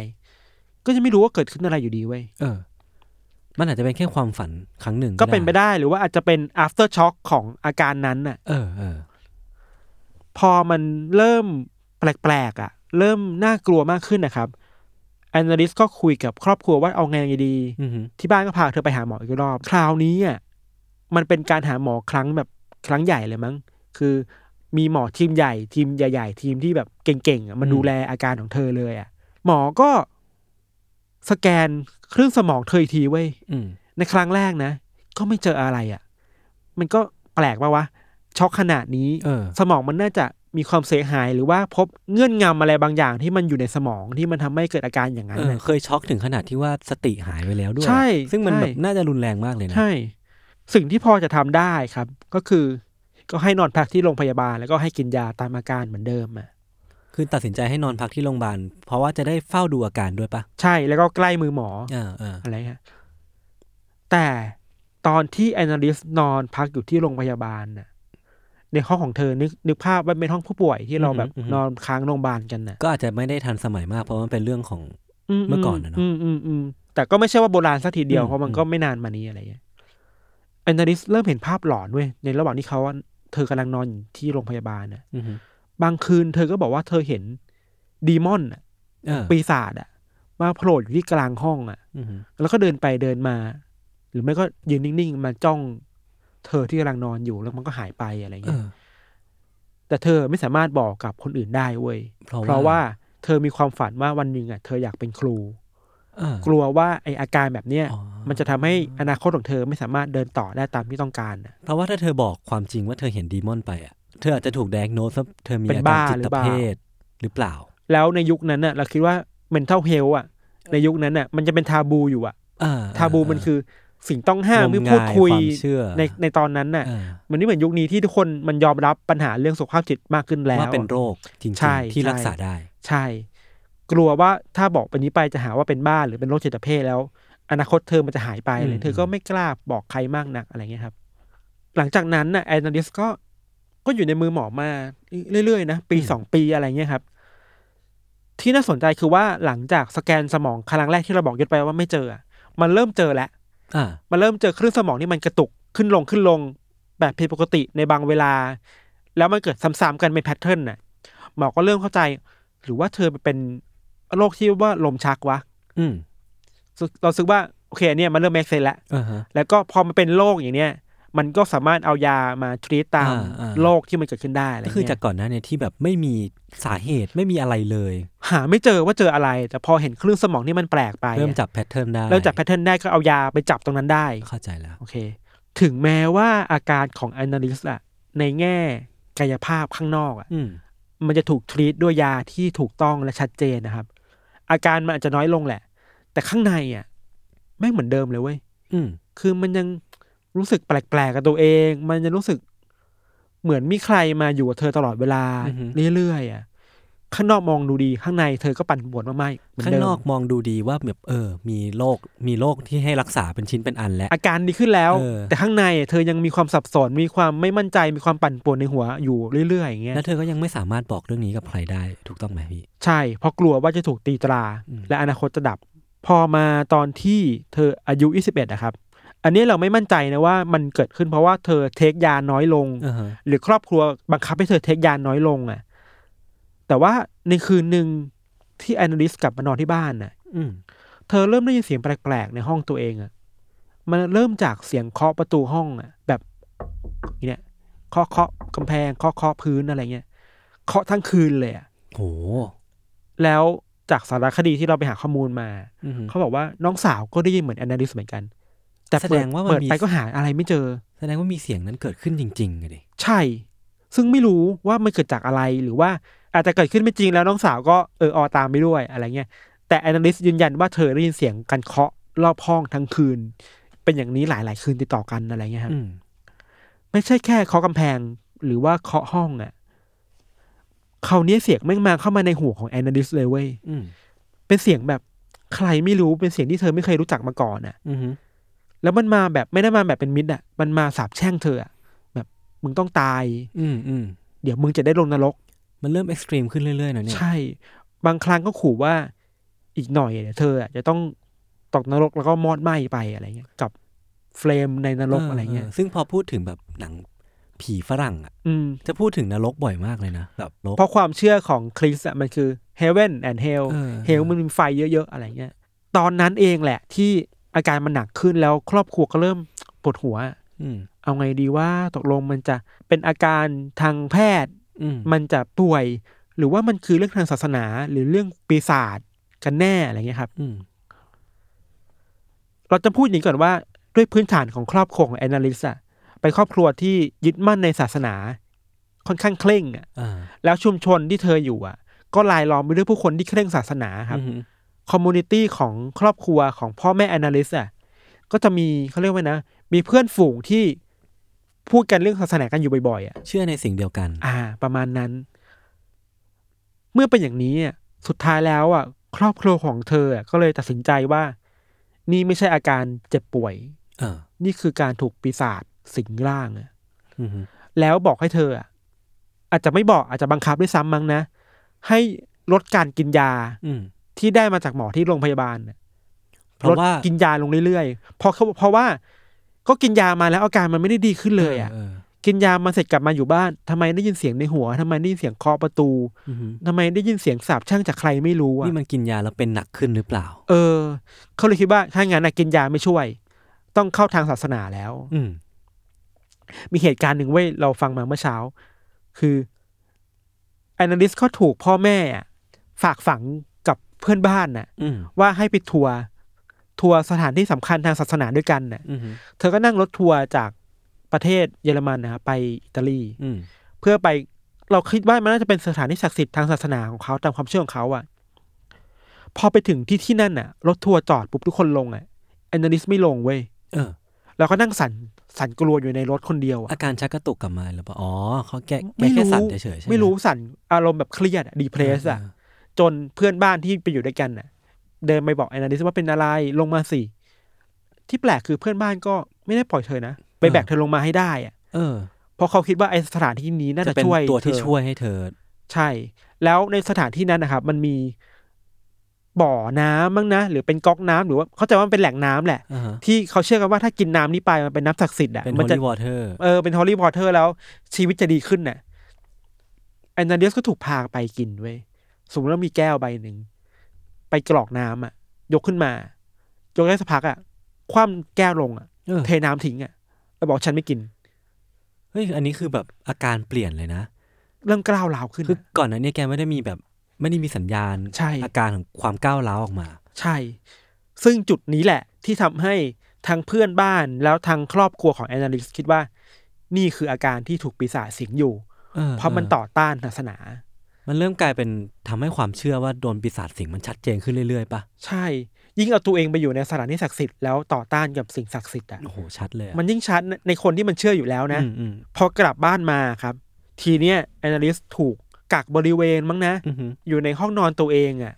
C: ก็จะไม่รู้ว่าเกิดขึ้นอะไรอยู่ดีเว้ย
B: เออ มันอาจจะเป็นแค่ความฝันครั้งหนึ่ง
C: ก็เป็นไปได้หรือว่าอาจจะเป็น after shock ของอาการนั้นน่ะ
B: เออเออ
C: พอมันเริ่มแปลกๆอ่ะ เริ่มน่ากลัวมากขึ้นนะครับแอนนาลิสก็คุยกับครอบครัวว่าเอาไงดี
B: อืม
C: ที่บ้านก็พาเธอไปหาหมออีกรอบ คราวนี้อ่ะมันเป็นการหาหมอครั้งแบบครั้งใหญ่เลยมั้ง คือมีหมอทีมใหญ่ทีมใหญ่ๆ ทีมที่แบบเก่งๆอ่ะมันดูแลอาการของเธอเลยอ่ะ หมอก็สแกนคลื่นสมองเธออีกทีเว้ย
B: อืม
C: ในครั้งแรกนะ ก็ไม่เจออะไรอ่ะ มันก็แปลกปะวะช็อกขนาดนี้
B: เออ
C: สมองมันน่าจะมีความเสียหายหรือว่าพบเงื่อนงำอะไรบางอย่างที่มันอยู่ในสมองที่มันทำให้เกิดอาการอย่างนั้น
B: เออ
C: น่ะ
B: เคยช็อกถึงขนาดที่ว่าสติหายไปแล้วด้วย
C: ใช่
B: ซึ่งมัน
C: ใช่
B: แบบน่าจะรุนแรงมากเลยนะ
C: ใช่ สิ่งที่พอจะทำได้ครับ ก็คือ ก็ให้นอนพักที่โรงพยาบาลแล้วก็ให้กินยาตามอาการเหมือนเดิมอ่ะ
B: คือตัดสินใจให้นอนพักที่โรงพยาบาล เพราะว่าจะได้เฝ้าดูอาการด้วยปะ
C: ใช่แล้วก็ใกล้มือหมอ
B: อ่าอ่า
C: อะไรฮะแต่ตอนที่แอนนาลิสนอนพักอยู่ที่โรงพยาบาลน่ะ ในห้องของเธอนึกนึกภาพว่าเป็นห้องผู้ป่วยที่เราแบบนอนค้างโรงพยาบาลกันน่ะ
B: ก็อาจจะไม่ได้ทันสมัยมากเพราะมันเป็นเรื่องของ เมื่อก่อนน่ะเนอะ
C: อืมอืมอืมแต่ก็ไม่ใช่ว่าโบราณสักทีเดียว
B: อืม
C: เพราะมันก็ไม่นานมานี้อะไรเงี้ยแอนนาลิสเริ่มเห็นภาพหลอนเว้ยในระหว่างที่เขาอะเธอกำลังนอนอยู่ที่โรงพยาบาลนะ
B: อืม
C: บางคืนเธอก็บอกว่าเธอเห็นดีมอนน่ะ
B: เออ
C: ปีศาจอะมาโผล่อยู่ที่กลางห้องอะ
B: อืม
C: แล้วก็เดินไปเดินมา หรือไม่ก็ยืนนิ่งๆมาจ้อง เธอที่กำลังนอนอยู่แล้วมันก็หายไปอะไร
B: เอ
C: เงี้ย
B: อ
C: แต่เธอไม่สามารถบอกกับคนอื่นได้เว้ย
B: เพราะว่า
C: ว่าเธอมีความฝันว่าวันหนึ่งอะเธออยากเป็นครู
B: เออ
C: กลัวว่าไออาการแบบเนี้ย
B: อ๋อ
C: มันจะทำให้อนาคตของเธอไม่สามารถเดินต่อได้ตามที่ต้องการน่ะ
B: เพราะว่าถ้าเธอบอกความจริงว่าเธอเห็นดีมอนไปอ่ะ เธออาจจะถูกแดกโนสว่าเธอมี
C: เป็น
B: อาการ
C: บ้า
B: จิต
C: หรือเปล่า
B: เภทหรือเปล่า
C: แล้วในยุคนั้นน่ะเราคิดว่า mental health อ่ะ ในยุคนั้นน่ะมันจะเป็นทาบูอยู่อ่ะ
B: อ่
C: ทาบูมันคือสิ่งต้องห้าม
B: งม
C: ไม่พูด
B: งาย
C: คุย
B: ความเชื่อ
C: ในในตอนนั้นน่ะ
B: เออ
C: มันไม่เหมือนยุคนี้ที่ทุกคนมันยอมรับปัญหาเรื่องสุขภาพจิตมากขึ้นแล้ว
B: ว่าเป็นโรคจริง
C: ใช่
B: ๆที่
C: ใช่
B: รักษาได้
C: ใช่ กลัวว่าถ้าบอกไปนี้ไปจะหาว่าเป็นบ้าหรือเป็นโรคจิตเภทแล้ว อนาคตเธอมันจะหายไปเล
B: อื
C: ย
B: ม
C: เธอก็ไม่กล้าบอกใครมากนักอะไรเงี้ยครับ หลังจากนั้นน่ะแอนนาลิสก็ ก็อยู่ในมือหมอมาเรื่อยๆนะปีสองปีอะไรเงี้ยครับ ที่น่าสนใจคือว่าหลังจากสแกนสมองครั้งแรกที่เราบอกยึดไปว่าไม่เจออะมันเริ่มเจอแล้ว
B: อ่า
C: มันเริ่มเจอคลื่นสมองนี่มันกระตุกขึ้นลงขึ้นลงแบบผิดปกติในบางเวลา แล้วมันเกิดซ้ำๆกันเป็นแพทเทิร์นน่ะหมอก็เริ่มเข้าใจ หรือว่าเธอเป็นโรคที่ว่าลมชักวะ
B: อืม
C: เราซึกว่าโอเคอันเนี่ยมันเริ่มแม็กเซนแล้ว
B: อ่าฮะ
C: แล้วก็พอมันเป็นโรคอย่างเนี้ยมันก็สามารถเอายามาทรีตตาม
B: อ่าอ่า
C: โรคที่มันเกิดขึ้นได้อะไร
B: ก็
C: เงี้ย
B: คือจากก่อนหน้าเนี่ยที่แบบไม่มีสาเหตุไม่มีอะไรเลย
C: หาไม่เจอว่าเจออะไร แต่พอเห็นคลื่นสมองนี่มันแปลกไปอะ
B: เริ่มจับแพทเทิร์นได้
C: เริ่มจับแพทเทิร์นได้ก็เอายาไปจับตรงนั้นได้
B: เข้าใจแล้ว
C: โอเค ถึงแม้ว่าอาการของ a n a l y s t อะในแง่กายภาพข้างนอกอะ
B: อืม
C: มันจะถูกทรีตด้วยยาที่ถูกต้องและชัดเจนนะครับ อาการมันอาจจะน้อยลงแหละ แต่ข้างในอะไม่งเหมือนเดิมเลยเว้ย
B: อืม
C: คือมันยังรู้สึกแปลกๆกับตัวเอง มันยังรู้สึกเหมือนมีใครมาอยู่กับเธอตลอดเวลา
B: อือฮึ
C: เรื่อยๆอะข้างนอกมองดูดีข้างในเธอก็ปั่นปวดมากๆเหมือน
B: ข้าง
C: เดิ
B: นอ
C: ม
B: กมองดูดีว่าแบบเออ มีโรคมีโรคที่ให้รักษาเป็นชิ้นเป็นอันแล้ว
C: อาการดีขึ้นแล้ว
B: เออ
C: แต่ข้างในอะเธอยังมีความสับสนมีความไม่มั่นใจมีความปั่นป่วนในหัวอยู่เรื่อยๆอย่างเงี้ย
B: แล้วเธอก็ยังไม่สามารถบอกเรื่องนี้กับใครได้ถูกต้องไหมพี่
C: ใช่ เพราะกลัวว่าจะถูกตีตรา
B: อืม
C: และอนาคตจะดับ พอมาตอนที่เธออายุ 21นะครับ อันนี้เราไม่มั่นใจนะว่ามันเกิดขึ้นเพราะว่าเธอเทคยาน้อยลง
B: อ่าฮะ
C: หรือครอบครัวบังคับให้เธอเทคยาน้อยลงอะ่ะ แต่ว่าในคืนหนึ่งที่แอนลิสกลับมานอนที่บ้านน่ะ
B: อืม
C: เธอเริ่มได้ยินเสียงแปลกๆในห้องตัวเองอะ่ะ มันเริ่มจากเสียงเคาะประตูห้องอะ่ะ แบบอย่างเนี้ยเคาะเคาะกำแพงเคาะเคาะพื้นอะไรเงี้ยเคาะทั้งคืนเลยอ่ะ
B: โห
C: แล้วจากสารคดีที่เราไปหาข้อมูลมา
B: อือฮึ
C: เขาบอกว่าน้องสาวก็ได้ยินเหมือนแอนนาลิสเหมือนกัน แต่
B: แส
C: เปิ
B: ดงว่ามัน
C: เปิด
B: มี
C: ไปก็หาอะไรไม่เจอ
B: แสดงว่ามีเสียงนั้นเกิดขึ้นจริงๆอะดิ
C: ใช่ ซึ่งไม่รู้ว่ามันเกิดจากอะไรหรือว่าอาจจะเกิดขึ้นไม่จริงแล้วน้องสาวก็เออออตามไปด้วยอะไรเงี้ยแต่แอนนาลิสยืนยันว่าเธอได้ยินเสียงการเคาะรอบห้องทั้งคืน เป็นอย่างนี้หลายๆคืนติดต่อกันอะไรเงี้ยครับ
B: อืม
C: ไม่ใช่แค่เคาะกำแพงหรือว่าเคาะห้องอะ่ะคราวนี้เสียงแม่งมาเข้ามาในหูของแอนนาลิสเลยเว้ย
B: อืม
C: เป็นเสียงแบบใครไม่รู้เป็นเสียงที่เธอไม่เคยรู้จักมาก่อนน่ะ
B: อือฮึ
C: แล้วมันมาแบบไม่ได้มาแบบเป็นมิตรอ่ะ มันมาสาบแช่งเธออะแบบมึงต้องตาย
B: อืมอืม
C: เดี๋ยวมึงจะได้ลงนรก
B: มันเริ่มเอ็กซ์ตรีมขึ้นเรื่อยๆนะเนี่ย
C: ใช่ บางครั้งก็ขู่ว่าอีกหน่อยเนี่ยเธออะจะต้องตกนรกแล้วก็มอดไหม้ไปอะไรเงี้ย กับเฟรมในนรกอะไรเงี้ย
B: ซึ่งพอพูดถึงแบบหนังผีฝรั่งอ่ะ
C: อืม
B: จะพูดถึงนรกบ่อยมากเลยนะแบบรก
C: เพราะความเชื่อของคริสต์อะมันคือ heaven and hell
B: เออ
C: hell มันมีไฟเยอะ ๆ อะไรเงี้ย ตอนนั้นเองแหละ ที่อาการมันหนักขึ้นแล้วครอบครัวก็เริ่มปวดหัว
B: อืม
C: เอาไงดีว่าตกลงมันจะเป็นอาการทางแพทย์
B: อืม
C: มันจะป่วย หรือว่ามันคือเรื่องทางศาสนา หรือเรื่องปีศาจกันแน่อะไรเงี้ยครับ
B: อืม
C: เราจะพูดอย่างนี้ก่อนว่าด้วยพื้นฐานของครอบครัวของแอนนาลิสอะเป็นครอบครัวที่ยึดมั่นในศาสนา ค่อนข้างเคร่งอะ
B: อ่า
C: แล้วชุมชนที่เธออยู่อะก็ลายล้อมไปด้วยผู้คนที่เคร่งศาสนาครับ
B: อืม
C: คอมมูนิตี้ของครอบครัวของพ่อแม่แอนนาลิสอะก็จะมีเขาเรียกว่านะ มีเพื่อนฝูงที่พูดกันเรื่องศาสนากันอยู่บ่อยๆอะ
B: เชื่อในสิ่งเดียวกัน
C: อ่า ประมาณนั้น เมื่อเป็นอย่างนี้อ่ะสุดท้ายแล้วอ่ะ ครอบครัวของเธออ่ะก็เลยตัดสินใจว่า นี่ไม่ใช่อาการเจ็บป่วย
B: เออ
C: นี่คือการถูกปีศาจสิงร่างอ่ะ
B: อืมฮึ
C: แล้วบอกให้เธออ่ะอาจจะไม่บอกอาจจะบังคับด้วยซ้ำมั้งนะ ให้ลดการกินยา
B: อืม
C: ที่ได้มาจากหมอที่โรงพยาบาลน่ะ
B: เพราะว่า
C: ลดกินยาลงเรื่อยๆเพราะเขาเพราะว่าก็กินยามาแล้วอาการมันไม่ได้ดีขึ้นเลยอ่ะ
B: เออ
C: กินยามาเสร็จกลับมาอยู่บ้านทำไมได้ยินเสียงในหัวทำไมได้ยินเสียงเคาะประตู
B: เอออืมฮึ
C: ทำไมได้ยินเสียงสาบแช่างจากใครไม่รู้อ่ะ
B: นี่มันกินยาแล้วเป็นหนักขึ้นหรือเปล่า
C: เออ เขาเลยคิดว่าถ้างั้นนะกินยาไม่ช่วย ต้องเข้าทางศาสนาแล้ว
B: อืม
C: มีเหตุการณ์หนึ่งเว้ยเราฟังมาเมื่อเช้า คือแอนนาลิสเขาถูกพ่อแม่อะฝากฝังกับเพื่อนบ้านน่ะ
B: อืม
C: ว่าให้ไปทัวร์ทัวร์สถานที่สำคัญทางศาสนาด้วยกันน่ะ
B: อืมฮึ
C: เธอก็นั่งรถทัวร์จากประเทศเยอรมันนะครับไปอิตาลี
B: อืม
C: เพื่อไปเราคิดว่ามันน่าจะเป็นสถานที่ศักดิ์สิทธิ์ทางศาสนาของเขาตามความเชื่อของเขาอะพอไปถึงที่ที่นั่นน่ะ รถทัวร์จอดปุ๊บทุกคนลงอะแอนนาลิสไม่ลงเว้ย
B: เออ
C: เราก็นั่งสั่นสั่นกลัวอยู่ในรถคนเดียวอะ
B: อาการชักกระตุกกลับมาหรือเปล่า อ๋อเขาแก้แก้
C: ไม่
B: แค่
C: รู้
B: สั่นเฉยๆใช่ห
C: ไม่รู้สั่นอารมณ์แบบเครียดดีเพรสอะจนเพื่อนบ้านที่ไปอยู่ด้วยกันน่ะ เดินไปบอกแอนนาลิสว่าเป็นอะไรลงมาสิที่แปลกคือเพื่อนบ้านก็ไม่ได้ปล่อยเธอนะไปแบกเธอลงมาให้ได้อะ
B: เออ
C: เพราะเขาคิดว่าไอสถานที่นี้น่า
B: จะ
C: จะ
B: เป็น
C: ช่วย
B: ตัวที่
C: เธอ
B: ช่วยให้เธอ
C: ใช่ แล้วในสถานที่นั้นนะครับ มันมีบ่อน้ำมั้งนะ หรือเป็นก๊อกน้ำหรือว่าเขาใจะว่ามันเป็นแหล่งน้ำแหละ
B: อ่าฮะ
C: ที่เขาเชื่อกันว่าถ้ากินน้ำนี้ไปมันเป็นน้ำศักดิ์สิทธิ์อ่ะ
B: เป็น
C: มั
B: holy
C: จะ
B: water
C: เออเป็นฮอลลี่พอตเตอร์แล้ว ชีวิตจะดีขึ้นน่ะแอนนาเดียสก็ถูกพาไปกินเว้ยสมมติว่ามีแก้วใบหนึ่ง ไปกรอกน้ำอ่ะ ยกขึ้นมา ยกได้สักพักอ่ะ คว่ำแก้วลงอ่ะ
B: เออ
C: เทน้ำทิ้งอ่ะแล้วบอกฉันไม่กิน
B: เฮ้ยอันนี้คือแบบอาการเปลี่ยนเลยนะ
C: เริ่มกล้าวร้าวขึ้น
B: คือ
C: อะ
B: ก่อนหนั้นเนี่ยแกไม่ได้มีแบบไม่ได้มีสัญญาณ
C: ใช่
B: อาการของความก้าวร้าวออกมา
C: ใช่ ซึ่งจุดนี้แหละที่ทำให้ทางเพื่อนบ้านแล้วทางครอบครัวของแอนนาลิสคิดว่า นี่คืออาการที่ถูกปีศาจสิงอยู่
B: ออ
C: เพราะมัน
B: ออ
C: ต่อต้านศาสนา
B: มันเริ่มกลายเป็นทำให้ความเชื่อว่าโดนปีศาจสิงมันชัดเจนขึ้นเรื่อยๆปะ
C: ใช่ ยิ่งเอาตัวเองไปอยู่ในสถานที่ศักดิ์สิทธิ์แล้วต่อต้านกับสิ่งศักดิ์สิทธิ์อ่ะ
B: โอ้โหชัดเลยอะ
C: มันยิ่งชัดในคนที่มันเชื่ออยู่แล้วนะ
B: อืมอืม
C: พอกลับบ้านมาครับ ทีเนี้ยแอนนาลิสถูกกักบริเวณมั้งนะ
B: อือหือ
C: อยู่ในห้องนอนตัวเองอะ่ะ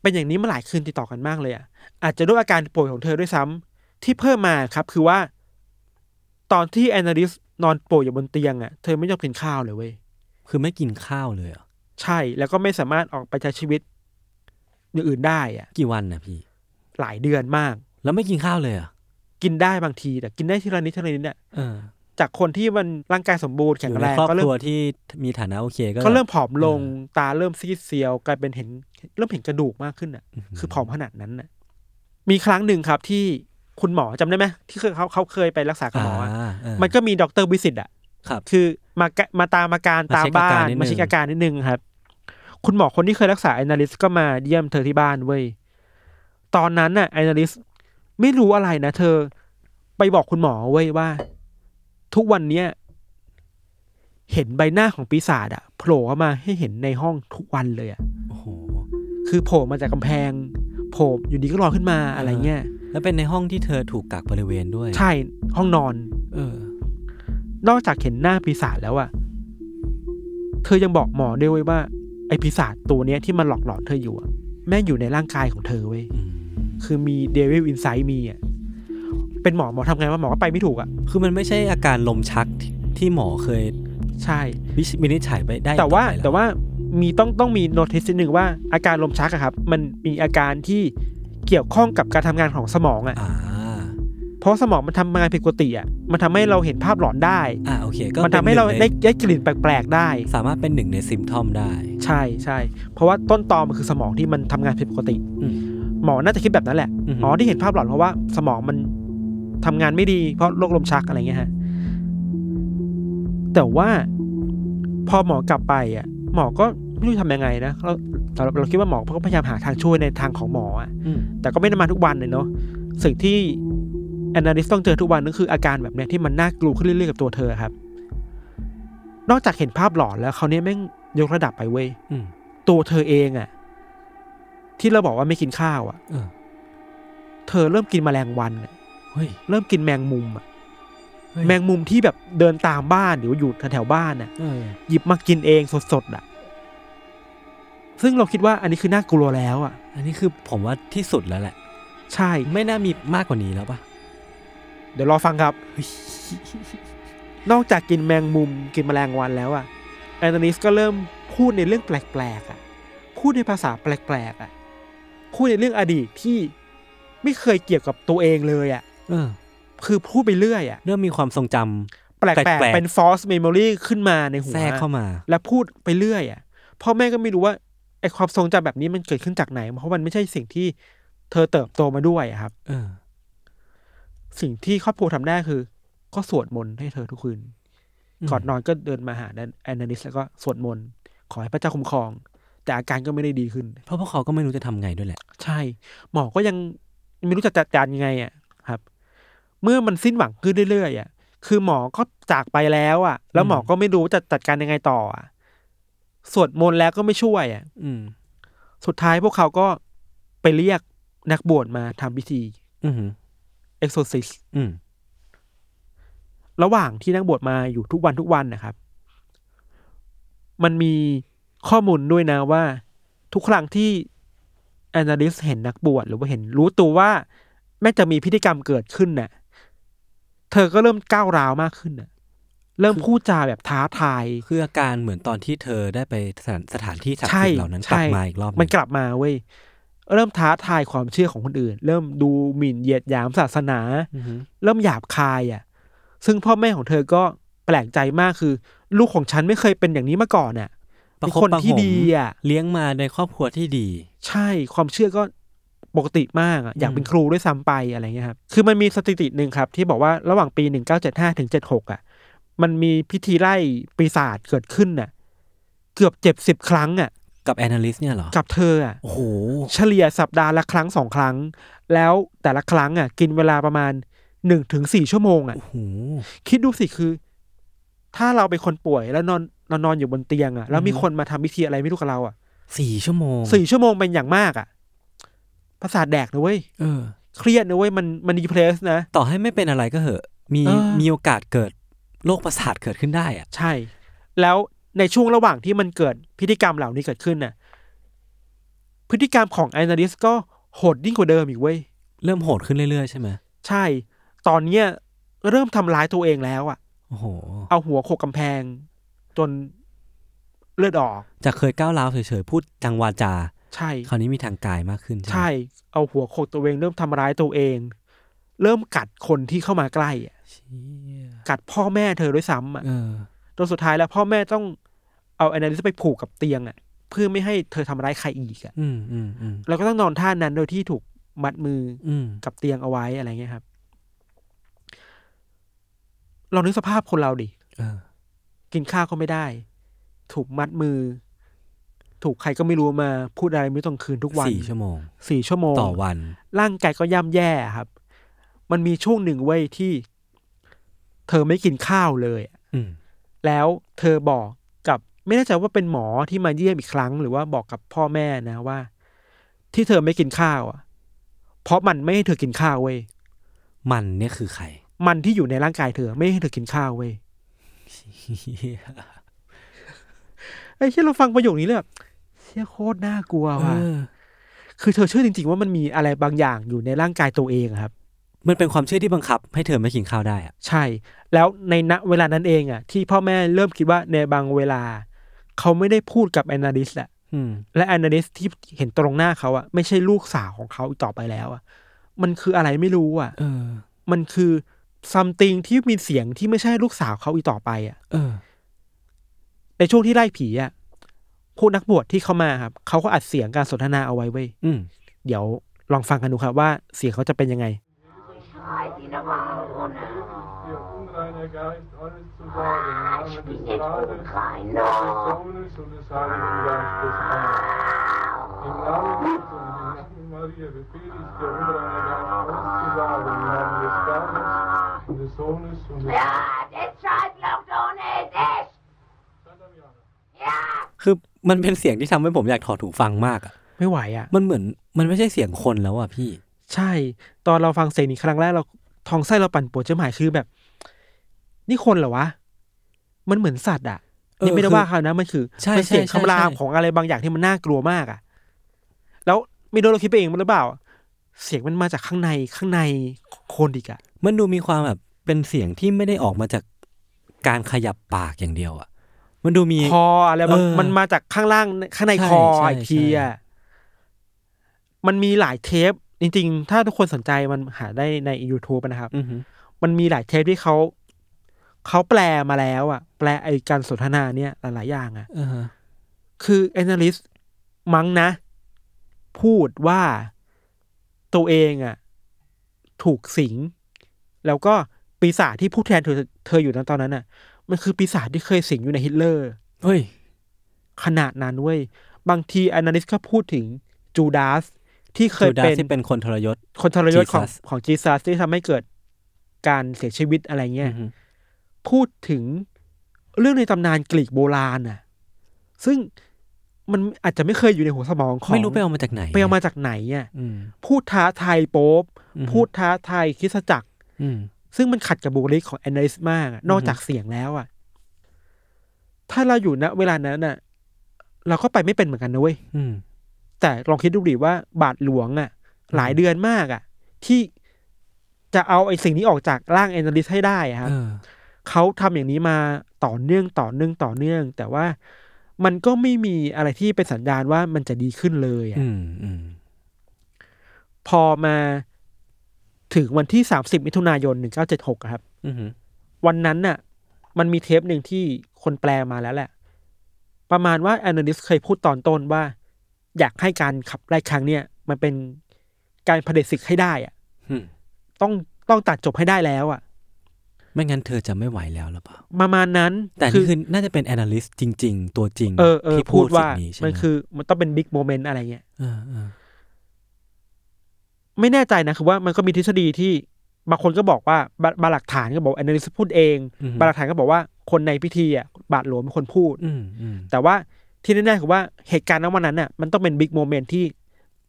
C: เป็นอย่างนี้มาหลายคืนติดต่อกันมากเลยอะ่ะ อาจจะด้วยอาการป่วยของเธอด้วยซ้ำที่เพิ่มมาครับ คือว่า ตอนที่แอนนาลิสนอนป่วยอยู่บนเตียงอะ่ะ เธอไม่ยอมกินข้าวเลยเว้ย
B: คือไม่กินข้าวเลยเหรอ
C: ใช่ แล้วก็ไม่สามารถออกไปใช้ชีวิตอย่างอื่นได้อะ่ะ
B: กี่วันนะพี่
C: หลายเดือนมาก
B: แล้วไม่กินข้าวเลยเหรอ่ะ
C: กินได้บางทีแต่กินได้ทีละนิดทีละนิดเนี่ย
B: เออ
C: จากคนที่มันร่างกายสมบูรณ์
B: อ
C: แข็ง
B: ยู่ใน
C: แรง
B: ครอบ
C: ก็
B: ค
C: เริ่
B: รั
C: ม
B: วที่มีฐานะโอเคก็
C: ก็เริ่มผอมลง ตาเริ่มซีดเซียวกลายเป็นเห็น เริ่มเห็นกระดูกมากขึ้นอ่ะ คือผอมขนาดนั้นน่ะ มีครั้งหนึ่งครับที่คุณหมอจำได้ไหมที่เขาเขาเขาเคยไปรักษากับหมออะ
B: าเออ
C: มันก็มีดอกเตอร์วิสิตอ่ะ
B: ครับ
C: คือมากะมาตามอาการ
B: มา
C: ตาม
B: เช็คอา
C: บ้า
B: การ
C: น
B: นิดนึง
C: มาเช็คอาการนิดนึงครับ คุณหมอคนที่เคยรักษาแอนนาลิสก็มาเยี่ยมเธอที่บ้านเว้ยตอนนั้นน่ะแอนนาลิสไม่รู้อะไรนะเธอไปบอกคุณหมอเว้ยว่า ทุกวันเนี้ยเห็นใบหน้าของปีศาจอะโผล่เข้ามาให้เห็นในห้องทุกวันเลยอะ
B: โอ้โห
C: คือโผล่มาจากกำแพงโผล่อยู่ดีก็ลอยขึ้นมาอะไรเงี้ย
B: แล้วเป็นในห้องที่เธอถูกกักบริเวณด้วย
C: ใช่ห้องนอน
B: เออ
C: นอกจากเห็นหน้าปีศาจแล้วอะเธอยังบอกหมอด้วยเวยว่า ไอปีศาจตัวเนี้ยที่มันหลอกหลอนเธออยู่อะแม่งอยู่ในร่างกายของเธอเว้ย
B: อืม
C: คือมีเดวิลอินไซด์มีอะเป็นหมอหมอทำไงว่าหมอก็ไปไม่ถูกอะ
B: คือมันไม่ใช่อาการลมชักที่ที่หมอเคย
C: ใช่
B: วิจวินิจฉัยไปได้
C: แต่ว่า
B: อไปล้
C: แต่ว่ามีต้องต้องมีโนติสหนึ่งว่าอาการลมชักอะครับ มันมีอาการที่เกี่ยวข้องกับการทำงานของสมองอะ
B: อ่า
C: เพราะสมองมันทำงานผิดปกติอะมันทำให้เราเห็นภาพหลอนได้
B: อ่าโอเค ก็
C: มันทำให้เรา
B: ป็น
C: ได้
B: นึ่ง
C: ได้กลิ่นแปลก ๆ ได้
B: ในสามารถเป็นหนึ่งในซิมทอมได้
C: ใช่ใช่ เพราะว่าต้นตอมันคือสมองที่มันทำงานผิดปกติ
B: อืม
C: หมอน่าจะคิดแบบนั้นแหละ
B: อือฮึ
C: หมอที่เห็นภาพหลอนเพราะว่าสมองมันทำงานไม่ดีเพราะโรคลมชักอะไรเงี้ยฮะ แต่ว่าพอหมอกลับไปอ่ะ หมอก็ไม่รู้ทำยังไงนะเราเราเราคิดว่าหมอก็พยายามหาทางช่วยในทางของหมออ่ะ
B: อืม
C: แต่ก็ไม่ได้มาทุกวันเลยเนาะสิ่งที่แอนนาลิสต้องเจอทุกวันนั่นคืออาการแบบเนี้ยที่มันน่ากลัวขึ้นเรื่อยๆกับตัวเธอครับ นอกจากเห็นภาพหลอนแล้วเขาวเนี่ยแม่งยกระดับไปเว้ย
B: อืม
C: ตัวเธอเองอะที่เราบอกว่าไม่กินข้าวอะ
B: เออ
C: เธอเริ่มกินแมลงวันอะ
B: เฮ้ย
C: เริ่มกินแมงมุมอะ
B: เฮ้ย
C: แมงมุมที่แบบเดินตามบ้านหรือว่าอยู่แถวๆบ้านอะ
B: เออ
C: หยิบมากินเองสดๆอะซึ่งเราคิดว่าอันนี้คือน่ากลัวแล้วอะ
B: อันนี้คือผมว่าที่สุดแล้วแหละ
C: ใช่
B: ไม่น่ามีมากกว่านี้แล้วปะ
C: เดี๋ยวรอฟังครับ
B: เฮ้ย
C: นอกจากกินแมงมุมกินแมลงวันแล้วอะแอนโทนิสก็เริ่มพูดในเรื่องแปลกๆอะพูดในภาษาแปลกๆอะพูดในเรื่องอดีตที่ไม่เคยเกี่ยวกับตัวเองเลยอะ
B: เออ
C: คือพูดไปเรื่อยอะ
B: เริ่มมีความทรงจำ
C: แปลก
B: แปลก
C: ๆ
B: ๆ
C: เป็น false memory ขึ้นมาในหัว
B: แทรกเข้ามา
C: และพูดไปเรื่อยอะพ่อแม่ก็ไม่รู้ว่าไอความทรงจำแบบนี้มันเกิดขึ้นจากไหน เพราะมันไม่ใช่สิ่งที่เธอเติบโตมาด้วยอะครับ
B: เออ
C: สิ่งที่ครอบครัวทำได้คือ ก็สวดมนต์ให้เธอทุกคืน
B: อืม
C: ก่อนนอนก็เดินมาหาแอนนาลิสแล้วก็สวดมนต์ขอให้พระเจ้าคุ้มครอง แต่อาการก็ไม่ได้ดีขึ้น
B: เพราะพวกเขาก็ไม่รู้จะทำไงด้วยแหละ
C: ใช่ หมอก็ยังไม่รู้จะจัดการยังไงอ่ะครับ เมื่อมันสิ้นหวังขึ้นเรื่อยๆอ่ะคือหมอก็จากไปแล้วอ่ะ แล้วหมอก็ไม่รู้จะจัดการยังไงต่ออ่ะสวดมนต์แล้วก็ไม่ช่วยอ่ะ
B: อืม
C: สุดท้ายพวกเขาก็ไปเรียกนักบวชมาทำพิธี
B: อือหือ
C: เอ็กโซซิส
B: อืม
C: ระหว่างที่นั่งบวชมาอยู่ทุกวันทุกวันนะครับ มันมีข้อมูลด้วยนะว่า ทุกครั้งที่แอนนาลิสเห็นนักบวชหรือว่าเห็นรู้ตัวว่า แม้จะมีพฤติกรรมเกิดขึ้นน่ะ เธอก็เริ่มก้าวร้าวมากขึ้นน่ะ เริ่มพูดจาแบบท้าทาย
B: คืออาการเหมือนตอนที่เธอได้ไปสถานสถานที่ศักดิ์สิทธิ์เหล่านั้นก
C: ใช่
B: ลับมาอีกรอบหง
C: มันกลับมาเว้ย เริ่มท้าทายความเชื่อของคนอื่น เริ่มดูหมิ่นเหยียดหยามศาสนา
B: อือฮึ
C: เริ่มหยาบคายอ่ะ ซึ่งพ่อแม่ของเธอก็แปลกใจมากคือ ลูกของฉันไม่เคยเป็นอย่างนี้มาก่อนอ่ะ
B: ประ
C: เป็น
B: คบ
C: คน
B: ประห
C: ที่
B: ง
C: ดีอ่ะ
B: เลี้ยงมาในครอบครัวที่ดี
C: ใช่ความเชื่อก็ปกติมากอะอยากเป็นครูด้วยซ้ำไปอะไรเงี้ยครับ คือมันมีสถิติหนึ่งครับที่บอกว่าระหว่างปี 1975 ถึง 76 อ่ะ มันมีพิธีไล่ปีศาจเกิดขึ้นน่ะ เกือบเจ็บสิบ70 ครั้งอ่ะ
B: กับแอนลิสเนี่ยเหรอ
C: กับเธออ่ะ
B: โอ้โห
C: เฉลี่ยสัปดาห์ละครั้งสองครั้ง แล้วแต่ละครั้งอ่ะ กินเวลาประมาณหนึ่งถึงสี่ชั่วโมงอ่ะ
B: โอ้โห
C: คิดดูสิคือ ถ้าเราเป็นคนป่วยแล้วนอนนอนนอนอยู่บนเตียงอ่ะแล้วมีคนมาทำพิธีอะไรไม่รู้กับเราอ่ะ
B: สี่ชั่วโมง
C: สี่ชั่วโมงเป็นอย่างมากอ่ะประสาทแดกนะเว้ย
B: เออ
C: เครียดนะเว้ยมันมันดีเพลสนะ
B: ต่อให้ไม่เป็นอะไรก็เหอะ มี
C: เออ
B: มีโอกาสเกิดโรคประสาทเกิดขึ้นได้อะ
C: ใช่ แล้วในช่วงระหว่างที่มันเกิดพฤติกรรมเหล่านี้เกิดขึ้นน่ะ พฤติกรรมของแอนาลิสก็โหดยิ่งกว่าเดิมอีกเว้ย
B: เริ่มโหดขึ้นเรื่อยๆใช่ไหม
C: ใช่ ตอนเนี้ยเริ่มทำร้ายตัวเองแล้วอ่ะ
B: โอ้โห
C: เอาหัวโขกกำแพง จนเลือดออก
B: จากเคยก้าวร้าวเฉยๆ พูดทางวาจา
C: ใช่
B: คราวนี้มีทางกายมากขึ้นใช่ไหม
C: ใช่ เอาหัวโขกตัวเอง เริ่มทำร้ายตัวเอง เริ่มกัดคนที่เข้ามาใกล้อะ
B: เชี่ย
C: กัดพ่อแม่เธอด้วยซ้ำอ่ะ
B: เออ
C: จนสุดท้ายแล้วพ่อแม่ต้องเอาแอนาลิสไปผูกกับเตียงอ่ะ เพื่อไม่ให้เธอทำร้ายใครอีกอ่ะ
B: อืมอืมอืม
C: แล้วก็ต้องนอนท่านั้นโดยที่ถูกมัดมือ
B: อืม
C: กับเตียงเอาไว้อะไรเงี้ยครับลองนึกสภาพคนเราดิ
B: เออ
C: กินข้าวก็ไม่ได้ ถูกมัดมือ ถูกใครก็ไม่รู้มาพูดอะไรไม่รู้ตรงคืนทุกวัน
B: สี่ชั่วโมง
C: สี่ชั่วโมง
B: ต่อวัน
C: ร่างกายก็ย่ำแย่ครับ มันมีช่วงหนึ่งเว้ยที่ เธอไม่กินข้าวเลยอะ
B: อืม
C: แล้วเธอบอกกับไม่แน่ใจว่าเป็นหมอที่มาเยี่ยมอีกครั้ง หรือว่าบอกกับพ่อแม่นะว่า ที่เธอไม่กินข้าวอ่ะ เพราะมันไม่ให้เธอกินข้าวเว้ย
B: มันเนี่ยคือใคร
C: มันที่อยู่ในร่างกายเธอไม่ให้เธอกินข้าวเว้ย
B: เหี้ย
C: ไอ้เชี่ยเราฟังประโยคนี้เลยแบบเชี่ยโคตรน่ากลัว
B: เอ
C: ว่ะ
B: อ
C: คือเธอเชื่อจริง ๆ ว่ามันมีอะไรบางอย่างอยู่ในร่างกายตัวเองอะครับ
B: มันเป็นความเชื่อที่บังคับ ให้เธอไม่กินข้าวได้อะ
C: ใช่ แล้วในณเวลานั้นเองอ่ะ ที่พ่อแม่เริ่มคิดว่าในบางเวลา เขาไม่ได้พูดกับแอนาลิสแหละ
B: อืม
C: และแอนาลิสที่เห็นตรงหน้าเขาอะไม่ใช่ลูกสาวของเขาอีกต่อไปแล้วอะมันคืออะไรไม่รู้อะ
B: เออ
C: มันคือซัมติงที่มีเสียงที่ไม่ใช่ลูกสาวเขาอีกต่อไปอะ
B: เออ
C: ในช่วงที่ไล่ผีอะพวกนักบวชที่เข้ามาครับเขาก็อัดเสียงการสนทนาเอาไว้เว้ย
B: อืม
C: เดี๋ยวลองฟังกันดูครับว่าเสียงเขาจะเป็นยังไง
D: Ihr unreiner Geist, alles zu sagen, im Namen des Vaters, des Sohnes und des Heiligen Geistes. Amen. Im Namen Jesu und im Namen Maria befehle ich dir, unreiner Geist, alles zu sagen, im Namen des Vaters und des Sohnes und des Heiligen Geistes.
E: Jetzt scheiß doch doch nicht, ich!
B: คือมันเป็นเสียงที่ทำให้ผมอยากถอดหูฟังมากอะ
C: ไม่ไหวอะ
B: มันเหมือนมันไม่ใช่เสียงคนแล้วอะพี่
C: ใช่ ตอนเราฟังเสียงนี้ครั้งแรกเราท้องไส้เราปั่นปวดจะหมายคือแบบ นี่คนเหรอวะมันเหมือนสัตว์อะ
B: เออ
C: นี่ไม่ได้
B: คือ
C: ว่าเขานะมันคือ
B: ใช่
C: มันเสียง
B: ใช่ใช่
C: คำราม
B: ใช่
C: ของอะไรบางอย่างที่มันน่ากลัวมากอะแล้วไม่รู้เราคิดไปเองมันหรือเปล่า เสียงมันมาจากข้างในข้างในของคนอีกอะ
B: มันดูมีความแบบเป็นเสียงที่ไม่ได้ออกมาจากการขยับปากอย่างเดียวอะมันดูมี
C: คออะไรบาง
B: เออ
C: มันมาจากข้างล่างข้างใน
B: ใช่
C: คอ
B: ใช่
C: อีกที
B: ใช่
C: อะมันมีหลายเทป จริง ๆ ถ้าทุกคนสนใจมันหาได้ใน YouTube นะครับ
B: อือหือ
C: มันมีหลายเทปที่เขาเขาแปลมาแล้วอะแปลไอการสนทนาเนี่ยหลายๆอย่างอะ
B: อ่าฮะ
C: คือ analyst มั้งนะ พูดว่าตัวเองอะถูกสิง แล้วก็ปีศาจที่ผู้แทนเธอเธออยู่ในตอนนั้นอะมันคือปีศาจที่เคยสิงอยู่ในฮิตเลอร์
B: เฮ้ย
C: ขนาดนั้นเว้ย บางที analyst ก็พูดถึงจูดาสที่เคย
B: จูดาส
C: เป็น
B: ที่เป็นคนทรยศ
C: คนทรยศของ
B: Jesus
C: ของจีซัสที่ทำให้เกิดการเสียชีวิตอะไรเงี้ย
B: อือฮึ
C: พูดถึงเรื่องในตำนานกรีกโบราณน่ะ ซึ่งมันอาจจะไม่เคยอยู่ในหัวสมองของ
B: ไม่รู้ไปเอามาจากไหน
C: ไปเอามาจากไหนอ่ะ
B: อืม
C: พูดท้าทายโป๊ป
B: อือฮึ
C: พูดท้าทายคริสตจักร
B: อืม
C: ซึ่งมันขัดกับบุคลิกของแอนนิสมากอะนอกจากเสียงแล้วอ่ะ ถ้าเราอยู่ณเวลานั้นน่ะ เราก็ไปไม่เป็นเหมือนกันนะเว้ย
B: อืม
C: แต่ลองคิดดูดิว่าบาทหลวงอะ่ะ หลายเดือนมากอะ่ะ ที่จะเอาไอ้สิ่งนี้ออกจากร่างแอนนาลิสให้ได้อะครับ
B: เออ
C: เขาทำอย่างนี้มาต่อเนื่องต่อเนื่องต่อเนื่อง แต่ว่ามันก็ไม่มีอะไรที่เป็นสัญญาณว่ามันจะดีขึ้นเลยอะ
B: อืมอืม
C: พอมาถึงวันที่สามสิบมิถุนายนหนึ่งเก้าเจ็ดหกครับ
B: อืม
C: วันนั้นน่ะ มันมีเทปหนึ่งที่คนแปลมาแล้วแหละ ประมาณว่าแอนนิสเคยพูดตอนต้นว่า อยากให้การขับไล่ครั้งเนี่ย มันเป็นการเผด็จศึกให้ได้อะ
B: อืม
C: ต้องต้องตัดจบให้ได้แล้วอะ
B: ไม่งั้นเธอจะไม่ไหวแล้วหรือเปล่า
C: ประมาณนั้น
B: แต่นี่คือน่าจะเป็น analyst จริง ๆ ตัวจริง
C: เออเออ
B: ที่
C: พูด
B: สิ่
C: ว่า
B: งนี้ใช่
C: มั
B: ไหม
C: นคือ มันต้องเป็นบิ๊กโมเมนต์อะไรเงี้ย
B: เออเออ
C: ไม่แน่ใจนะคือว่ามันก็มีทฤษฎีที่บางคนก็บอกว่าบาบางหลักฐานก็บอกแอนนิสพูดเอง
B: อืม
C: บางหลักฐานก็บอกว่าคนในพิธีอ่ะบาทหลวงเป็นคนพูด
B: อืมอืม
C: แต่ว่าที่แน่ๆคือว่าเหตุการณ์ณวันนั้นน่ะมันต้องเป็นบิ๊กโมเมนต์ที่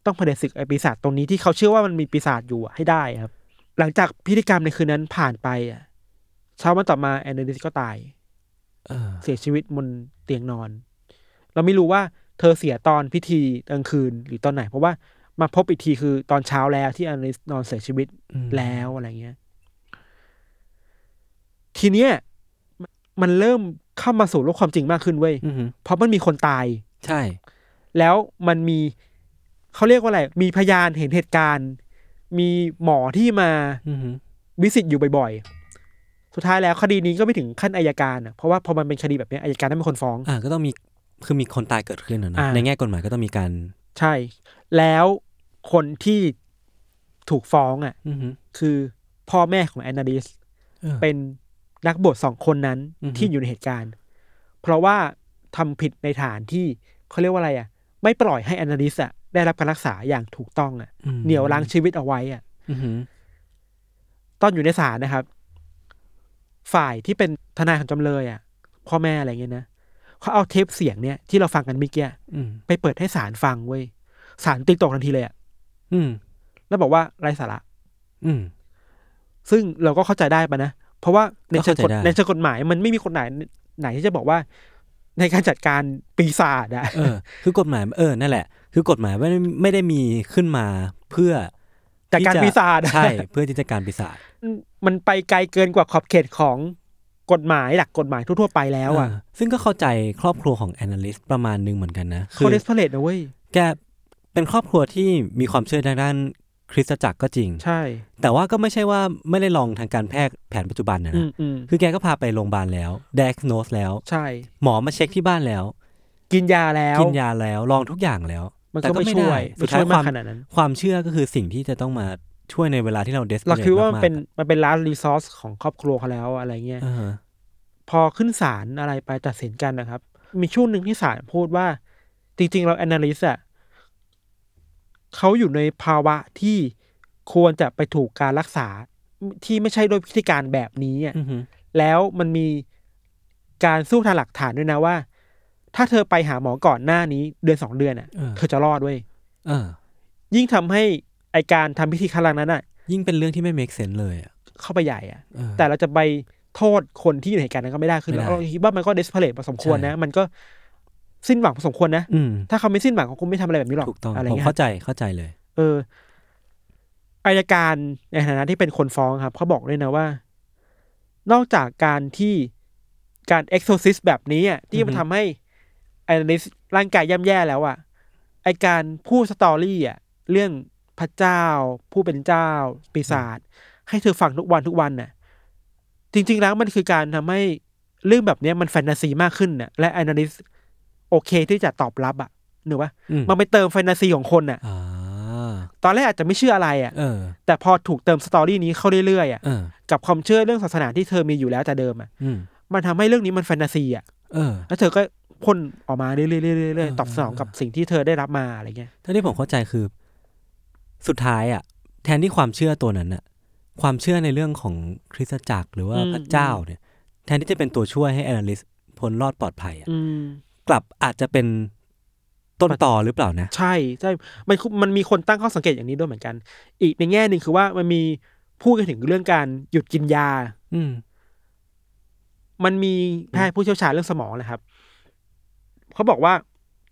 C: ต้องเผด็จศึกไอปีศาจตรงนี้ที่เขาเชื่อว่ามันมีปีศาจอยู่อะให้ได้ครับ หลังจากพิธีกรรมในคืนนั้นผ่านไปอ่ะเช้าวันต่อมาแอนเดอริสก็ตาย
B: เออ
C: เสียชีวิตบนเตียงนอน เราไม่รู้ว่าเธอเสียตอนพิธีกลางคืนหรือตอนไหน เพราะว่ามาพบอีกทีคือตอนเช้าแล้วที่แอนเดอริสนอนเสียชีวิต
B: อืม
C: แล้วอะไรเงี้ย ทีเนี้ยมันมันเริ่มเข้ามาสู่โลกความจริงมากขึ้นเว้ย
B: อืม
C: เพราะมันมีคนตาย
B: ใช่
C: แล้วมันมีเขาเรียกว่าอะไร มีพยานเห็นเหตุการณ์ มีหมอที่มา
B: อืม
C: วิสิตอยู่บ่อยๆ สุดท้ายแล้วคดีนี้ก็ไม่ถึงขั้นอายการอะเพราะว่าพอมันเป็นคดีแบบเนี้ยอายการต้องเป็นคนฟ้อง
B: อ่าก็ต้องมีคือมีคนตายเกิดขึ้นอะนะ
C: อ่า
B: ในแง่กฎหมายก็ต้องมีการ
C: ใช่ แล้วคนที่ถูกฟ้องอ่ะ
B: อืม
C: คือพ่อแม่ของแอนนาดิส
B: เออ
C: เป็นนักบวชสองคนนั้น
B: อือฮึ
C: ที่อยู่ในเหตุการณ์ เพราะว่าทำผิดในฐานที่เขาเรียกว่าอะไรอ่ะ ไม่ปล่อยให้แอนนาดิสอ่ะได้รับการรักษาอย่างถูกต้องอ่ะ
B: อืม
C: เหนี่ยวล้างชีวิตเอาไว้อ่ะ
B: อืม
C: ตอนอยู่ในศาลนะครับ ฝ่ายที่เป็นทนายของจำเลยอ่ะ พ่อแม่อะไรเงี้ยนะเขาเอาเทปเสียงเนี่ยที่เราฟังกันเมื่อกี้
B: อืม
C: ไปเปิดให้ศาลฟังเว้ยศาลติ๊กตอกทันทีเลยอ่ะ
B: อืม
C: แล้วบอกว่าไร้สาระ
B: อืม
C: ซึ่งเราก็เข้าใจได้ปะนะ เพราะว่าในเชิงกฎ
B: ก็เข้าใจได้
C: ในเชิงกฎหมายมันไม่มีกฎหมายไหนที่จะบอกว่า ในการจัดการปีศาจอะ
B: เออ คือกฎหมายเออนั่นแหละ คือกฎหมายไม่ได้ไม่ได้มีขึ้นมาเพื่อ
C: จัดการ
B: ที่จะ
C: ปีศาจอะ
B: ใช่เพื่อที่จะการปีศาจ
C: มันไปไกลเกินกว่าขอบเขตของกฎหมายหลักกฎหมายทั่วๆไป แล้วอะ
B: เออซึ่งก็เข้าใจครอบครัวของแอนาลิสประมาณหนึงเหมือนกันนะ
C: คอเลสเพลตนะเว้ย
B: แกเป็นครอบครัวที่มีความเชื่อทางด้านคริสตจักรก็จริง
C: ใช่
B: แต่ว่าก็ไม่ใช่ว่าไม่ได้ลองทางการแพทย์แผนปัจจุบันนะ
C: อื
B: นะ
C: มอืม
B: คือแกก็พาไปโรงพยาบาลแล้วด g โนสแล้ว
C: ใช่
B: หมอมาเช็คที่บ้านแล้ว
C: กินยาแล้ว
B: กินยาแล้วลองทุกอย่างแล้ว
C: มัน
B: แต่
C: ก็ไม่ช่วย
B: สุ
C: ไม่
B: ด
C: ช่
B: ท้า
C: วย ยมาว
B: คาก ม
C: ขนาดนั้น
B: ความเชื่อก็คือสิ่งที่จะต้องมาช่วยในเวลาที่เราเดส
C: เราคิดว่ามันเป็นมันเป็นลาสรีซอสของครอบครัวเขาแล้วอะไรเงี้ย พอขึ้นศาลอะไรไปตัดสินกันนะครับ มีช่วงหนึ่งที่ศาลพูดว่า จริงๆ เราแอนนาลิสอะเขาอยู่ในภาวะที่ควรจะไปถูกการรักษาที่ไม่ใช่โดวยพิธีการแบบนี้อะแล้วมันมีการสู้ทางหลักฐานด้วยนะว่า ถ้าเธอไปหาหมอก่อนหน้านี้เดือนสองเดือนอะเธ
B: คือ
C: อจะรอดเว้ย
B: เออ
C: ยิ่งทำให้ไอการทำพิธีครั้งนั้นอะ
B: ยิ่งเป็นเรื่องที่ไม่ make sense เลยอะ
C: เข้าไปใหญ่อะ
B: เออ
C: แต่เราจะไปโทษคนที่อยู่ในเหตุการณ์นั้นก็ไม่ได้คือ
B: ไม่ได้
C: เราคิดว่ามันก็เดสเพลตพอสมควรนะ
B: ใช่
C: มันก็สิ้นหวังพอสมควรนะ
B: อืม
C: ถ้าเขาไม่สิ้นหวังเขาคงไม่ทำอะไรแบบนี้หรอก
B: ถูกต้อง
C: อะไร
B: ผม
C: เงี้ย
B: เข้าใจเข้าใจเลย
C: เอออายการในฐานะที่เป็นคนฟ้องครับเขาบอกด้วยนะว่า นอกจากการที่การเอ็กโซซิสแบบนี้อะที่มัน
B: อือฮึ
C: ทำให้ไอนิสร่างกายย่ำแย่แล้วอ่ะไอการพูดสตอรี่อ่ะเรื่องพระเจ้า ผู้เป็นเจ้า ปีศาจให้เธอฟังทุกวันทุกวันน่ะ จริง ๆ แล้วมันคือการทำให้เรื่องแบบเนี้ยมันแฟนตาซีมากขึ้นน่ะ และไอนิสโอเคที่จะตอบรับอ่ะหนูว่า
B: อืม
C: มันไปเติมแฟนตาซีของคนน่ะ
B: อ่า
C: ตอนแรกอาจจะไม่เชื่ออะไรอ่ะ
B: เออ
C: แต่พอถูกเติมสตอรี่นี้เข้าเรื่อยๆอ่ะ
B: เออ
C: กับความเชื่อเรื่องศาสนาที่เธอมีอยู่แล้วแต่เดิมอ่ะ
B: อืม
C: มันทำให้เรื่องนี้มันแฟนตาซีอ่ะ
B: เออ
C: แล้วเธอก็พ่นออกมาเรื่อยๆเรื่อยๆเรื่อย
B: เออ
C: ๆตอบสนองกับสิ่งที่เธอได้รับมาอะไรเงี้ย
B: ถ้าที่ผมเข้าใจคือ สุดท้ายอ่ะ แทนที่ความเชื่อตัวนั้นอ่ะ ความเชื่อในเรื่องของคริสตจักรหรือว่า
C: อืม
B: พระเจ้าเนี่ย แทนที่จะเป็นตัวช่วยให้แอนาลิสพ้นรอดปลอดภัยอ่ะ
C: อืม
B: กลับอาจจะเป็นต้นต่อหรือเปล่านะ
C: ใช่ใช่มันคือมันมีคนตั้งข้อสังเกตอย่างนี้ด้วยเหมือนกัน อีกในแง่หนึ่งคือว่ามันมีพูดกันถึงเรื่องการหยุดกินยา
B: อืม
C: มันมีแพทย์ผู้เชี่ยวชาญเรื่องสมองนะครับเขาบอกว่า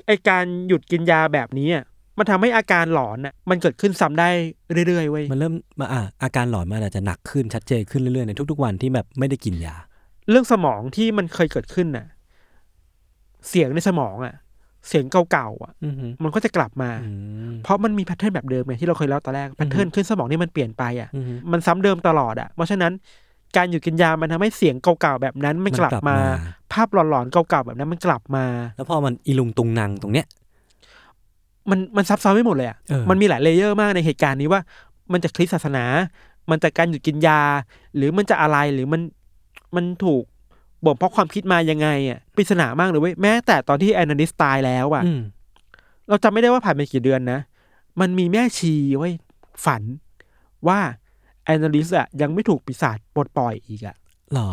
C: ไอการหยุดกินยาแบบนี้อะมันทำให้อาการหลอนอ่ะมันเกิดขึ้นซ้ำได้เรื่อยๆเว้ย
B: มันเริ่มมาอ่ะอาการหลอนมันอาจจะหนักขึ้นชัดเจนขึ้นเรื่อยๆในทุกๆวันที่แบบไม่ได้กินยา
C: เรื่องสมองที่มันเคยเกิดขึ้นน่ะ เสียงในสมองอ่ะ เสียงเก่าๆอ่ะ
B: อือหือ
C: มันก็จะกลับมา
B: อืม
C: เพราะมันมีแพทเทิร์นแบบเดิมไงที่เราเคยเล่าตอนแรกแพทเทิร์นขึ้นสมองนี่มันเปลี่ยนไปอ่ะ
B: อือฮึ
C: มันซ้ำเดิมตลอดอ่ะ เพราะฉะนั้นการหยุดกินยามันทำให้เสียงเก่าๆแบบนั้นมันกลับ
B: มันกลับ
C: มา
B: มา
C: ภาพหลอนๆเก่าๆแบบนั้นมันกลับมา
B: แล้วพอมันอีลุงตุงนางตรงเนี้ย
C: มันมันซับซ้อนไม่หมดเลยอ่ะ
B: เออ
C: มันมีหลายเลเยอร์มากในเหตุการณ์นี้ว่า มันจะคลิปศาสนา มันจะการหยุดกินยา หรือมันจะอะไรหรือมันมันถูกบ่มเพราะความคิดมายังไงอ่ะปริศนามากเลยเว้ยแม้แต่ตอนที่แอนนาลิสตายแล้วอ่ะ
B: อืม
C: เราจำไม่ได้ว่าผ่านไปกี่เดือนนะ มันมีแม่ชีไว้ยฝันว่าแอนนาลิสอะยังไม่ถูกปีศาจปลดปล่อยอีกอะ
B: หรอ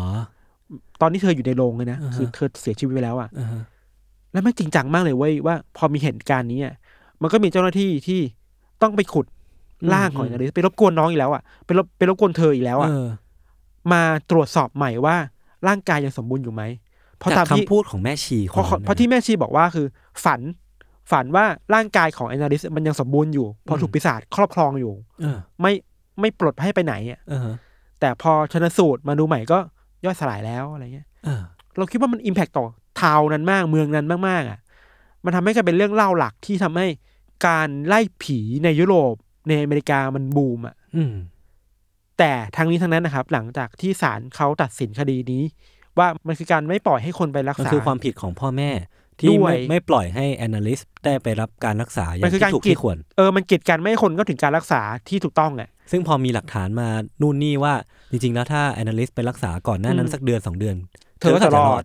C: ตอนที่เธออยู่ในโรงเลยนะ
B: อ่าฮะ
C: คือเธอเสียชีวิตไปแล้วอะ
B: อ่าฮะ
C: แล้วมันจริงจังมากเลยเว้ยว่า พอมีเหตุการณ์นี้อะมันก็มีเจ้าหน้าที่ที่ต้องไปขุดร่างของแอนนาลิสไปรบกวนน้องอีกแล้วอะไปรบไปรบกวนเธออีกแล้วอะ
B: เออ
C: มาตรวจสอบใหม่ว่าร่างกายยังสมบูรณ์อยู่ไหมเพราะ
B: จา
C: ตาม
B: ก
C: ที่
B: คำพูดของแม่ชีคน
C: เพราะ
B: นั้น
C: เขาเพราะที่แม่ชีบอกว่าคือ ฝันฝันว่าร่างกายของแอนนาลิสมันยังสมบูรณ์อยู่เพราะถูกปีศาจครอบครองอยู่
B: เออ
C: ไม่ไม่ปลดให้ไปไหนอ่ะ
B: เออฮะ
C: แต่พอชนสูตรมาดูใหม่ก็ย่อยสลายแล้วอะไรเงี้ย
B: เออ
C: เราคิดว่ามันอิมแพคต่อทาวน์นั้นมากเมืองนั้นมากๆอ่ะ มันทำให้กลายเป็นเรื่องเล่าหลักที่ทำให้การไล่ผีในยุโรปในอเมริกามันบูมอ่ะ
B: อืม
C: แต่ทั้งนี้ทั้งนั้นนะครับ หลังจากที่ศาลเขาตัดสินคดีนี้ ว่ามันคือการไม่ปล่อยให้คนไปรัก
B: มัน
C: ษา
B: คือความผิดของพ่อแม่ ที่
C: ด้วย
B: ไม่ไม่ปล่อยให้แอนาลิสได้ไปรับการรักษาอย่า
C: มั
B: ง
C: นคือ
B: ที่ถูก
C: การกีด
B: ที่ควร
C: เออมันกีดกันไม่ให้คนก็ถึงการรักษาที่ถูกต้องอ่ะ
B: ซึ่งพอมีหลักฐานมานู่นนี่ว่าจริง ๆ แล้วถ้าแอนาลิสไปรักษาก่อนหน้านั้
C: อื
B: น
C: ม
B: สักเดือนสองเดือน
C: เธอก็จะรอด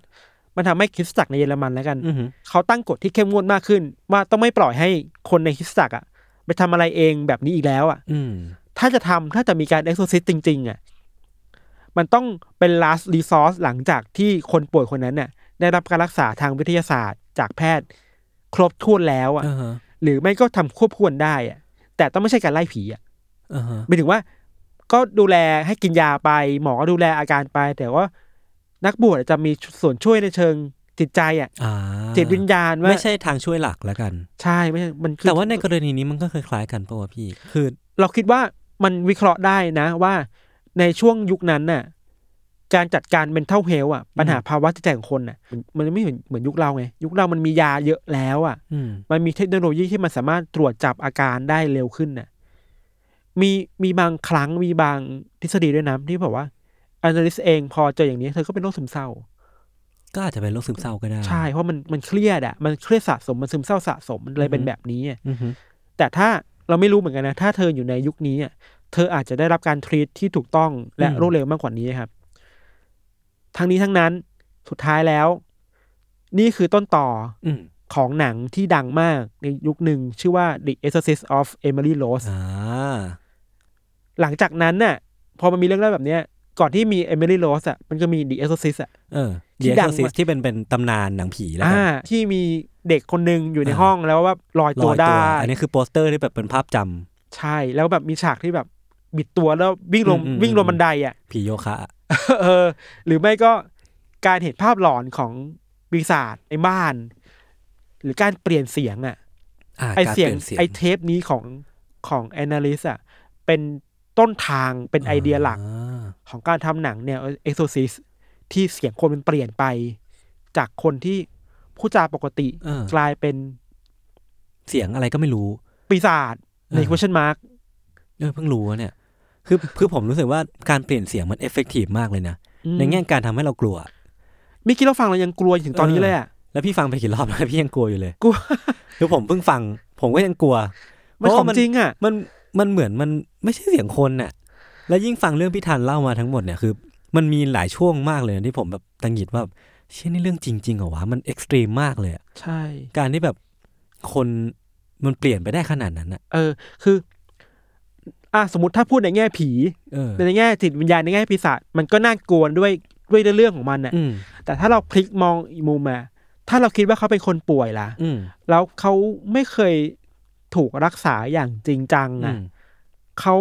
C: มันทำให้คริสตจักรในเยอรมันแล้วกัน
B: อือหือ
C: เขาตั้งกฎที่เข้มงวดมากขึ้น ว่าต้องไม่ปล่อยให้คนในคริสตจักรอะไปทำอะไรเองแบบนี้อีกแล้วอะ
B: อืม
C: ถ้าจะทำถ้าจะมีการเอ็กซ์โซซิสจริง ๆอะมันต้องเป็น last resource หลังจากที่คนป่วยคนนั้นน่ะ ได้รับการรักษาทางวิทยาศาสตร์ จากแพทย์ ครบถ้วนแล้วอะ
B: อ่าฮะ
C: หรือไม่ก็ทำควบควรได้อะแต่ต้องไม่ใช่การไล่ผีอะ
B: อ่าฮะ
C: หมายถึงว่าก็ดูแลให้กินยาไป หมอก็ดูแลอาการไป แต่ว่านักบวชอาจจะมีส่วนช่วยในเชิงจิตใจอ่ะ
B: อ่า
C: จิตวิญญาณว่า
B: ไม่ใช่ทางช่วยหลักแล้วกัน
C: ใช่ไม่ใช่มันคือ
B: แต่ว่าในกรณีนี้มันก็คล้ายๆกันปะวะพี่ คือ
C: เราคิดว่ามันวิเคราะห์ได้นะว่าในช่วงยุคนั้นน่ะ การจัดการเป็นเท่าเฮลอ่ะปัญหาภาวะจิตใจของคนน่ะ มันมันไม่เหมือนเหมือนยุคเราไงยุคเรามันมียาเยอะแล้วอ่ะ
B: อืม
C: มันมีเทคโนโลยีที่มันสามารถตรวจจับอาการได้เร็วขึ้นน่ะ มีมีบางครั้งมีบางทฤษฎีด้วยนะที่บอกว่าแอนนาลิสเองพอเจออย่างนี้เธอก็เป็นโรคซึมเศร้า
B: ก็อาจจะเป็นโรคซึมเศร้าก็ได้
C: ใช่เพราะมันมันเครียดอะมันเครียดสะสมมันซึมเศร้าสะสมมันเลยเป็นแบบนี้อะ
B: อือฮึ
C: แต่ถ้าเราไม่รู้เหมือนกันนะ ถ้าเธออยู่ในยุคนี้อะเธออาจจะได้รับการทรีตที่ถูกต้องและรวดเร็วมากกว่านี้ครับ ทั้งนี้ทั้งนั้นสุดท้ายแล้ว นี่คือต้นต่อ
B: อืม
C: ของหนังที่ดังมากในยุคหนึ่งชื่อว่า The Exorcist of Emily Rose
B: อ่า
C: หลังจากนั้นน่ะ พอมันมีเรื่องเล่าแบบเนี้ย ก่อนที่มี Emily Rose อ่ะมันก็มี The Exorcist อ่ะ
B: เออเดี
C: ที่
B: ย
C: ดัง
B: ร์ซิส
C: มา
B: ที่เป็นเป็นตำนานหนังผีแล้วกั
C: อ่าน ที่มีเด็กคนหนึ่งอยู่ในห้องแล้วว่าลอย
B: ล
C: ตัว
B: อย
C: ได้
B: อันนี้คือโปสเตอร์ที่แบบเป็นภาพจำ
C: ใช่แล้วแบบมีฉากที่แบบบิดตัวแล้ววิ่งลง
B: อืมอืม
C: วิ่งลงบันไดอ่ะ
B: ผีโยคะอะ
C: เออ หรือไม่ก็การเห็นภาพหลอนของปีศาจในบ้าน หรือการเปลี่ยนเสียงอ่ะ
B: อ่า
C: ไอ
B: การ
C: เสีย
B: ป
C: ง
B: ลี่น
C: ไอเทปนี้ของของแอนนาลิสอ่ะเป็นต้นทางเป็นไอเดียหลัก
B: อ่า
C: ของการทำหนังเนี่ยเอ็กโซซิสที่เสียงคนมันเปลี่ยนไป จากคนที่ผู้จาปกติ
B: เออก
C: ลายเป็น
B: เสียงอะไรก็ไม่รู้
C: ปีศาจใน
B: เออ
C: question mark
B: เออเพิ่งรู้ว่าเนี่ย คือคือผมรู้สึกว่าการเปลี่ยนเสียงมันเอฟเฟกตีฟมากเลยนะ
C: อืม
B: ในแง่การทำให้เรากลัว
C: เมื่อกี้เราฟังเรายังกลัวถึงตอนนี้เลยอ่ะ
B: แล้วพี่ฟังไปกี่รอบ แล้วพี่ยังกลัวอยู่เลย
C: กลัว
B: คือผมเพิ่งฟัง ผมก็ยังกลัว
C: มัน
B: เพาะ
C: ของ
B: ว่า
C: จริงอ่ะ
B: มันมันเหมือนมันไม่ใช่เสียงคนน่ะ แล้วยิ่งฟังเรื่องพี่ธันเล่ามาทั้งหมดเนี่ยคือ มันมีหลายช่วงมากเลยนะที่ผมแบบตังหงิดว่าเช่นนี่เรื่องจริงๆเหรอวะ มันเอ็กซ์ตรีมมากเลยอะ
C: ใช่
B: การที่แบบคนมันเปลี่ยนไปได้ขนาดนั้นอะ
C: เออ คือ อ่ะสมมติถ้าพูดในแง่ผี
B: เออ
C: ในแง่จิตวิญญาณในแง่ปีศาจมันก็น่ากลัวด้วยด้วยเรื่องของมันอ่ะ
B: อืม
C: แต่ถ้าเราพลิกมองอีกมุมมา ถ้าเราคิดว่าเขาเป็นคนป่วยล่ะ
B: อืม
C: แล้วเขาไม่เคยถูกรักษาอย่างจริงจัง
B: อื
C: อ่ะ
B: ม
C: เขา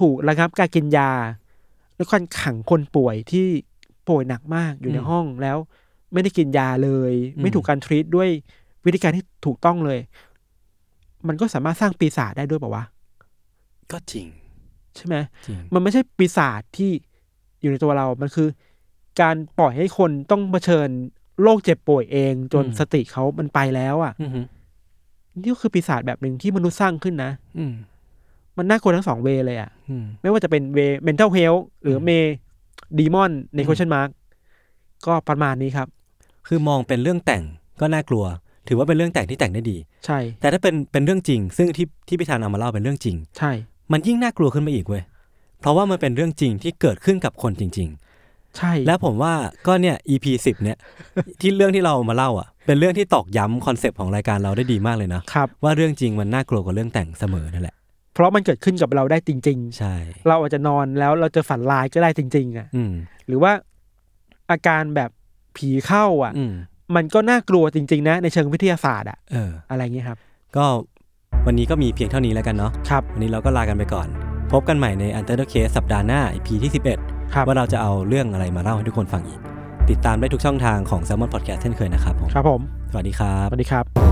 C: ถูกระงับการกินยา แล้วการขังคนป่วยที่ป่วยหนักมากอยู่ในห้องแล้ว ไม่ได้กินยาเลย ไม่ถูกการทรีตด้วยวิธีการที่ถูกต้องเลย มันก็สามารถสร้างปีศาจได้ด้วยเปล่าวะ
B: ก็จริง
C: ใช่ไหม
B: จริง
C: มันไม่ใช่ปีศาจที่อยู่ในตัวเรา มันคือ การปล่อยให้คนต้องเผชิญโรคเจ็บป่วยเอง จน
B: อืม
C: สติเขามันไปแล้วอ่ะ
B: อืม
C: นี่ก็คือปีศาจแบบหนึ่งที่มนุษย์สร้างขึ้นนะ
B: อืม
C: มันน่ากลัวทั้งสองเวย์เลยอ่ะ
B: อืม
C: ไม่ว่าจะเป็นเว mental health หรือ
B: อืม
C: เมดีมอนใน question mark ก็ประมาณนี้ครับ
B: คือมองเป็นเรื่องแต่งก็น่ากลัว ถือว่าเป็นเรื่องแต่งที่แต่งได้ดี
C: ใช่
B: แต่ถ้าเป็นเป็นเรื่องจริง ซึ่งที่ที่พิธานเอามาเล่าเป็นเรื่องจริง
C: ใช่
B: มันยิ่งน่ากลัวขึ้นมาอีกเว้ยเพราะว่ามันเป็นเรื่องจริงที่เกิดขึ้นกับคนจริง
C: ใช่
B: ๆ และผมว่าก็เนี่ย EP สิบเนี่ย ที่เรื่องที่เราเอามาเล่าอ่ะ เป็นเรื่องที่ตอกย้ำคอนเซปต์ของรายการเราได้ดีมากเลยนะครับ ว่าเรื่องจริงมันน่ากลัวกว่าเรื่องแต่งเสมอนั่นแหละ
C: เพราะมันเกิดขึ้นกับเราได้จริง
B: ใช่
C: ๆ เราอาจจะนอนแล้วเราจะฝันร้ายก็ได้จริง ๆอ่ะ
B: อืม
C: หรือว่าอาการแบบผีเข้าอ่ะ
B: อืม
C: มันก็น่ากลัวจริง ๆ นะ ในเชิงวิทยาศาสตร์อ่ะ
B: เออ
C: อะไรเงี้ยครับ
B: ก็วันนี้ก็มีเพียงเท่านี้แล้วกันเนาะ
C: ครับ
B: วันนี้เราก็ลากันไปก่อน พบกันใหม่ใน u n t e r t a l Case สัปดาห์หน้า EP ที่
C: ครับ
B: 11 ว่าเราจะเอาเรื่องอะไรมาเล่าให้ทุกคนฟังอีก ติดตามได้ทุกช่องทางของ s ซ l m o n Podcast เช่นเคยนะครับผม
C: ครับผม
B: สวัสดีครับ
C: สวัสดีครับ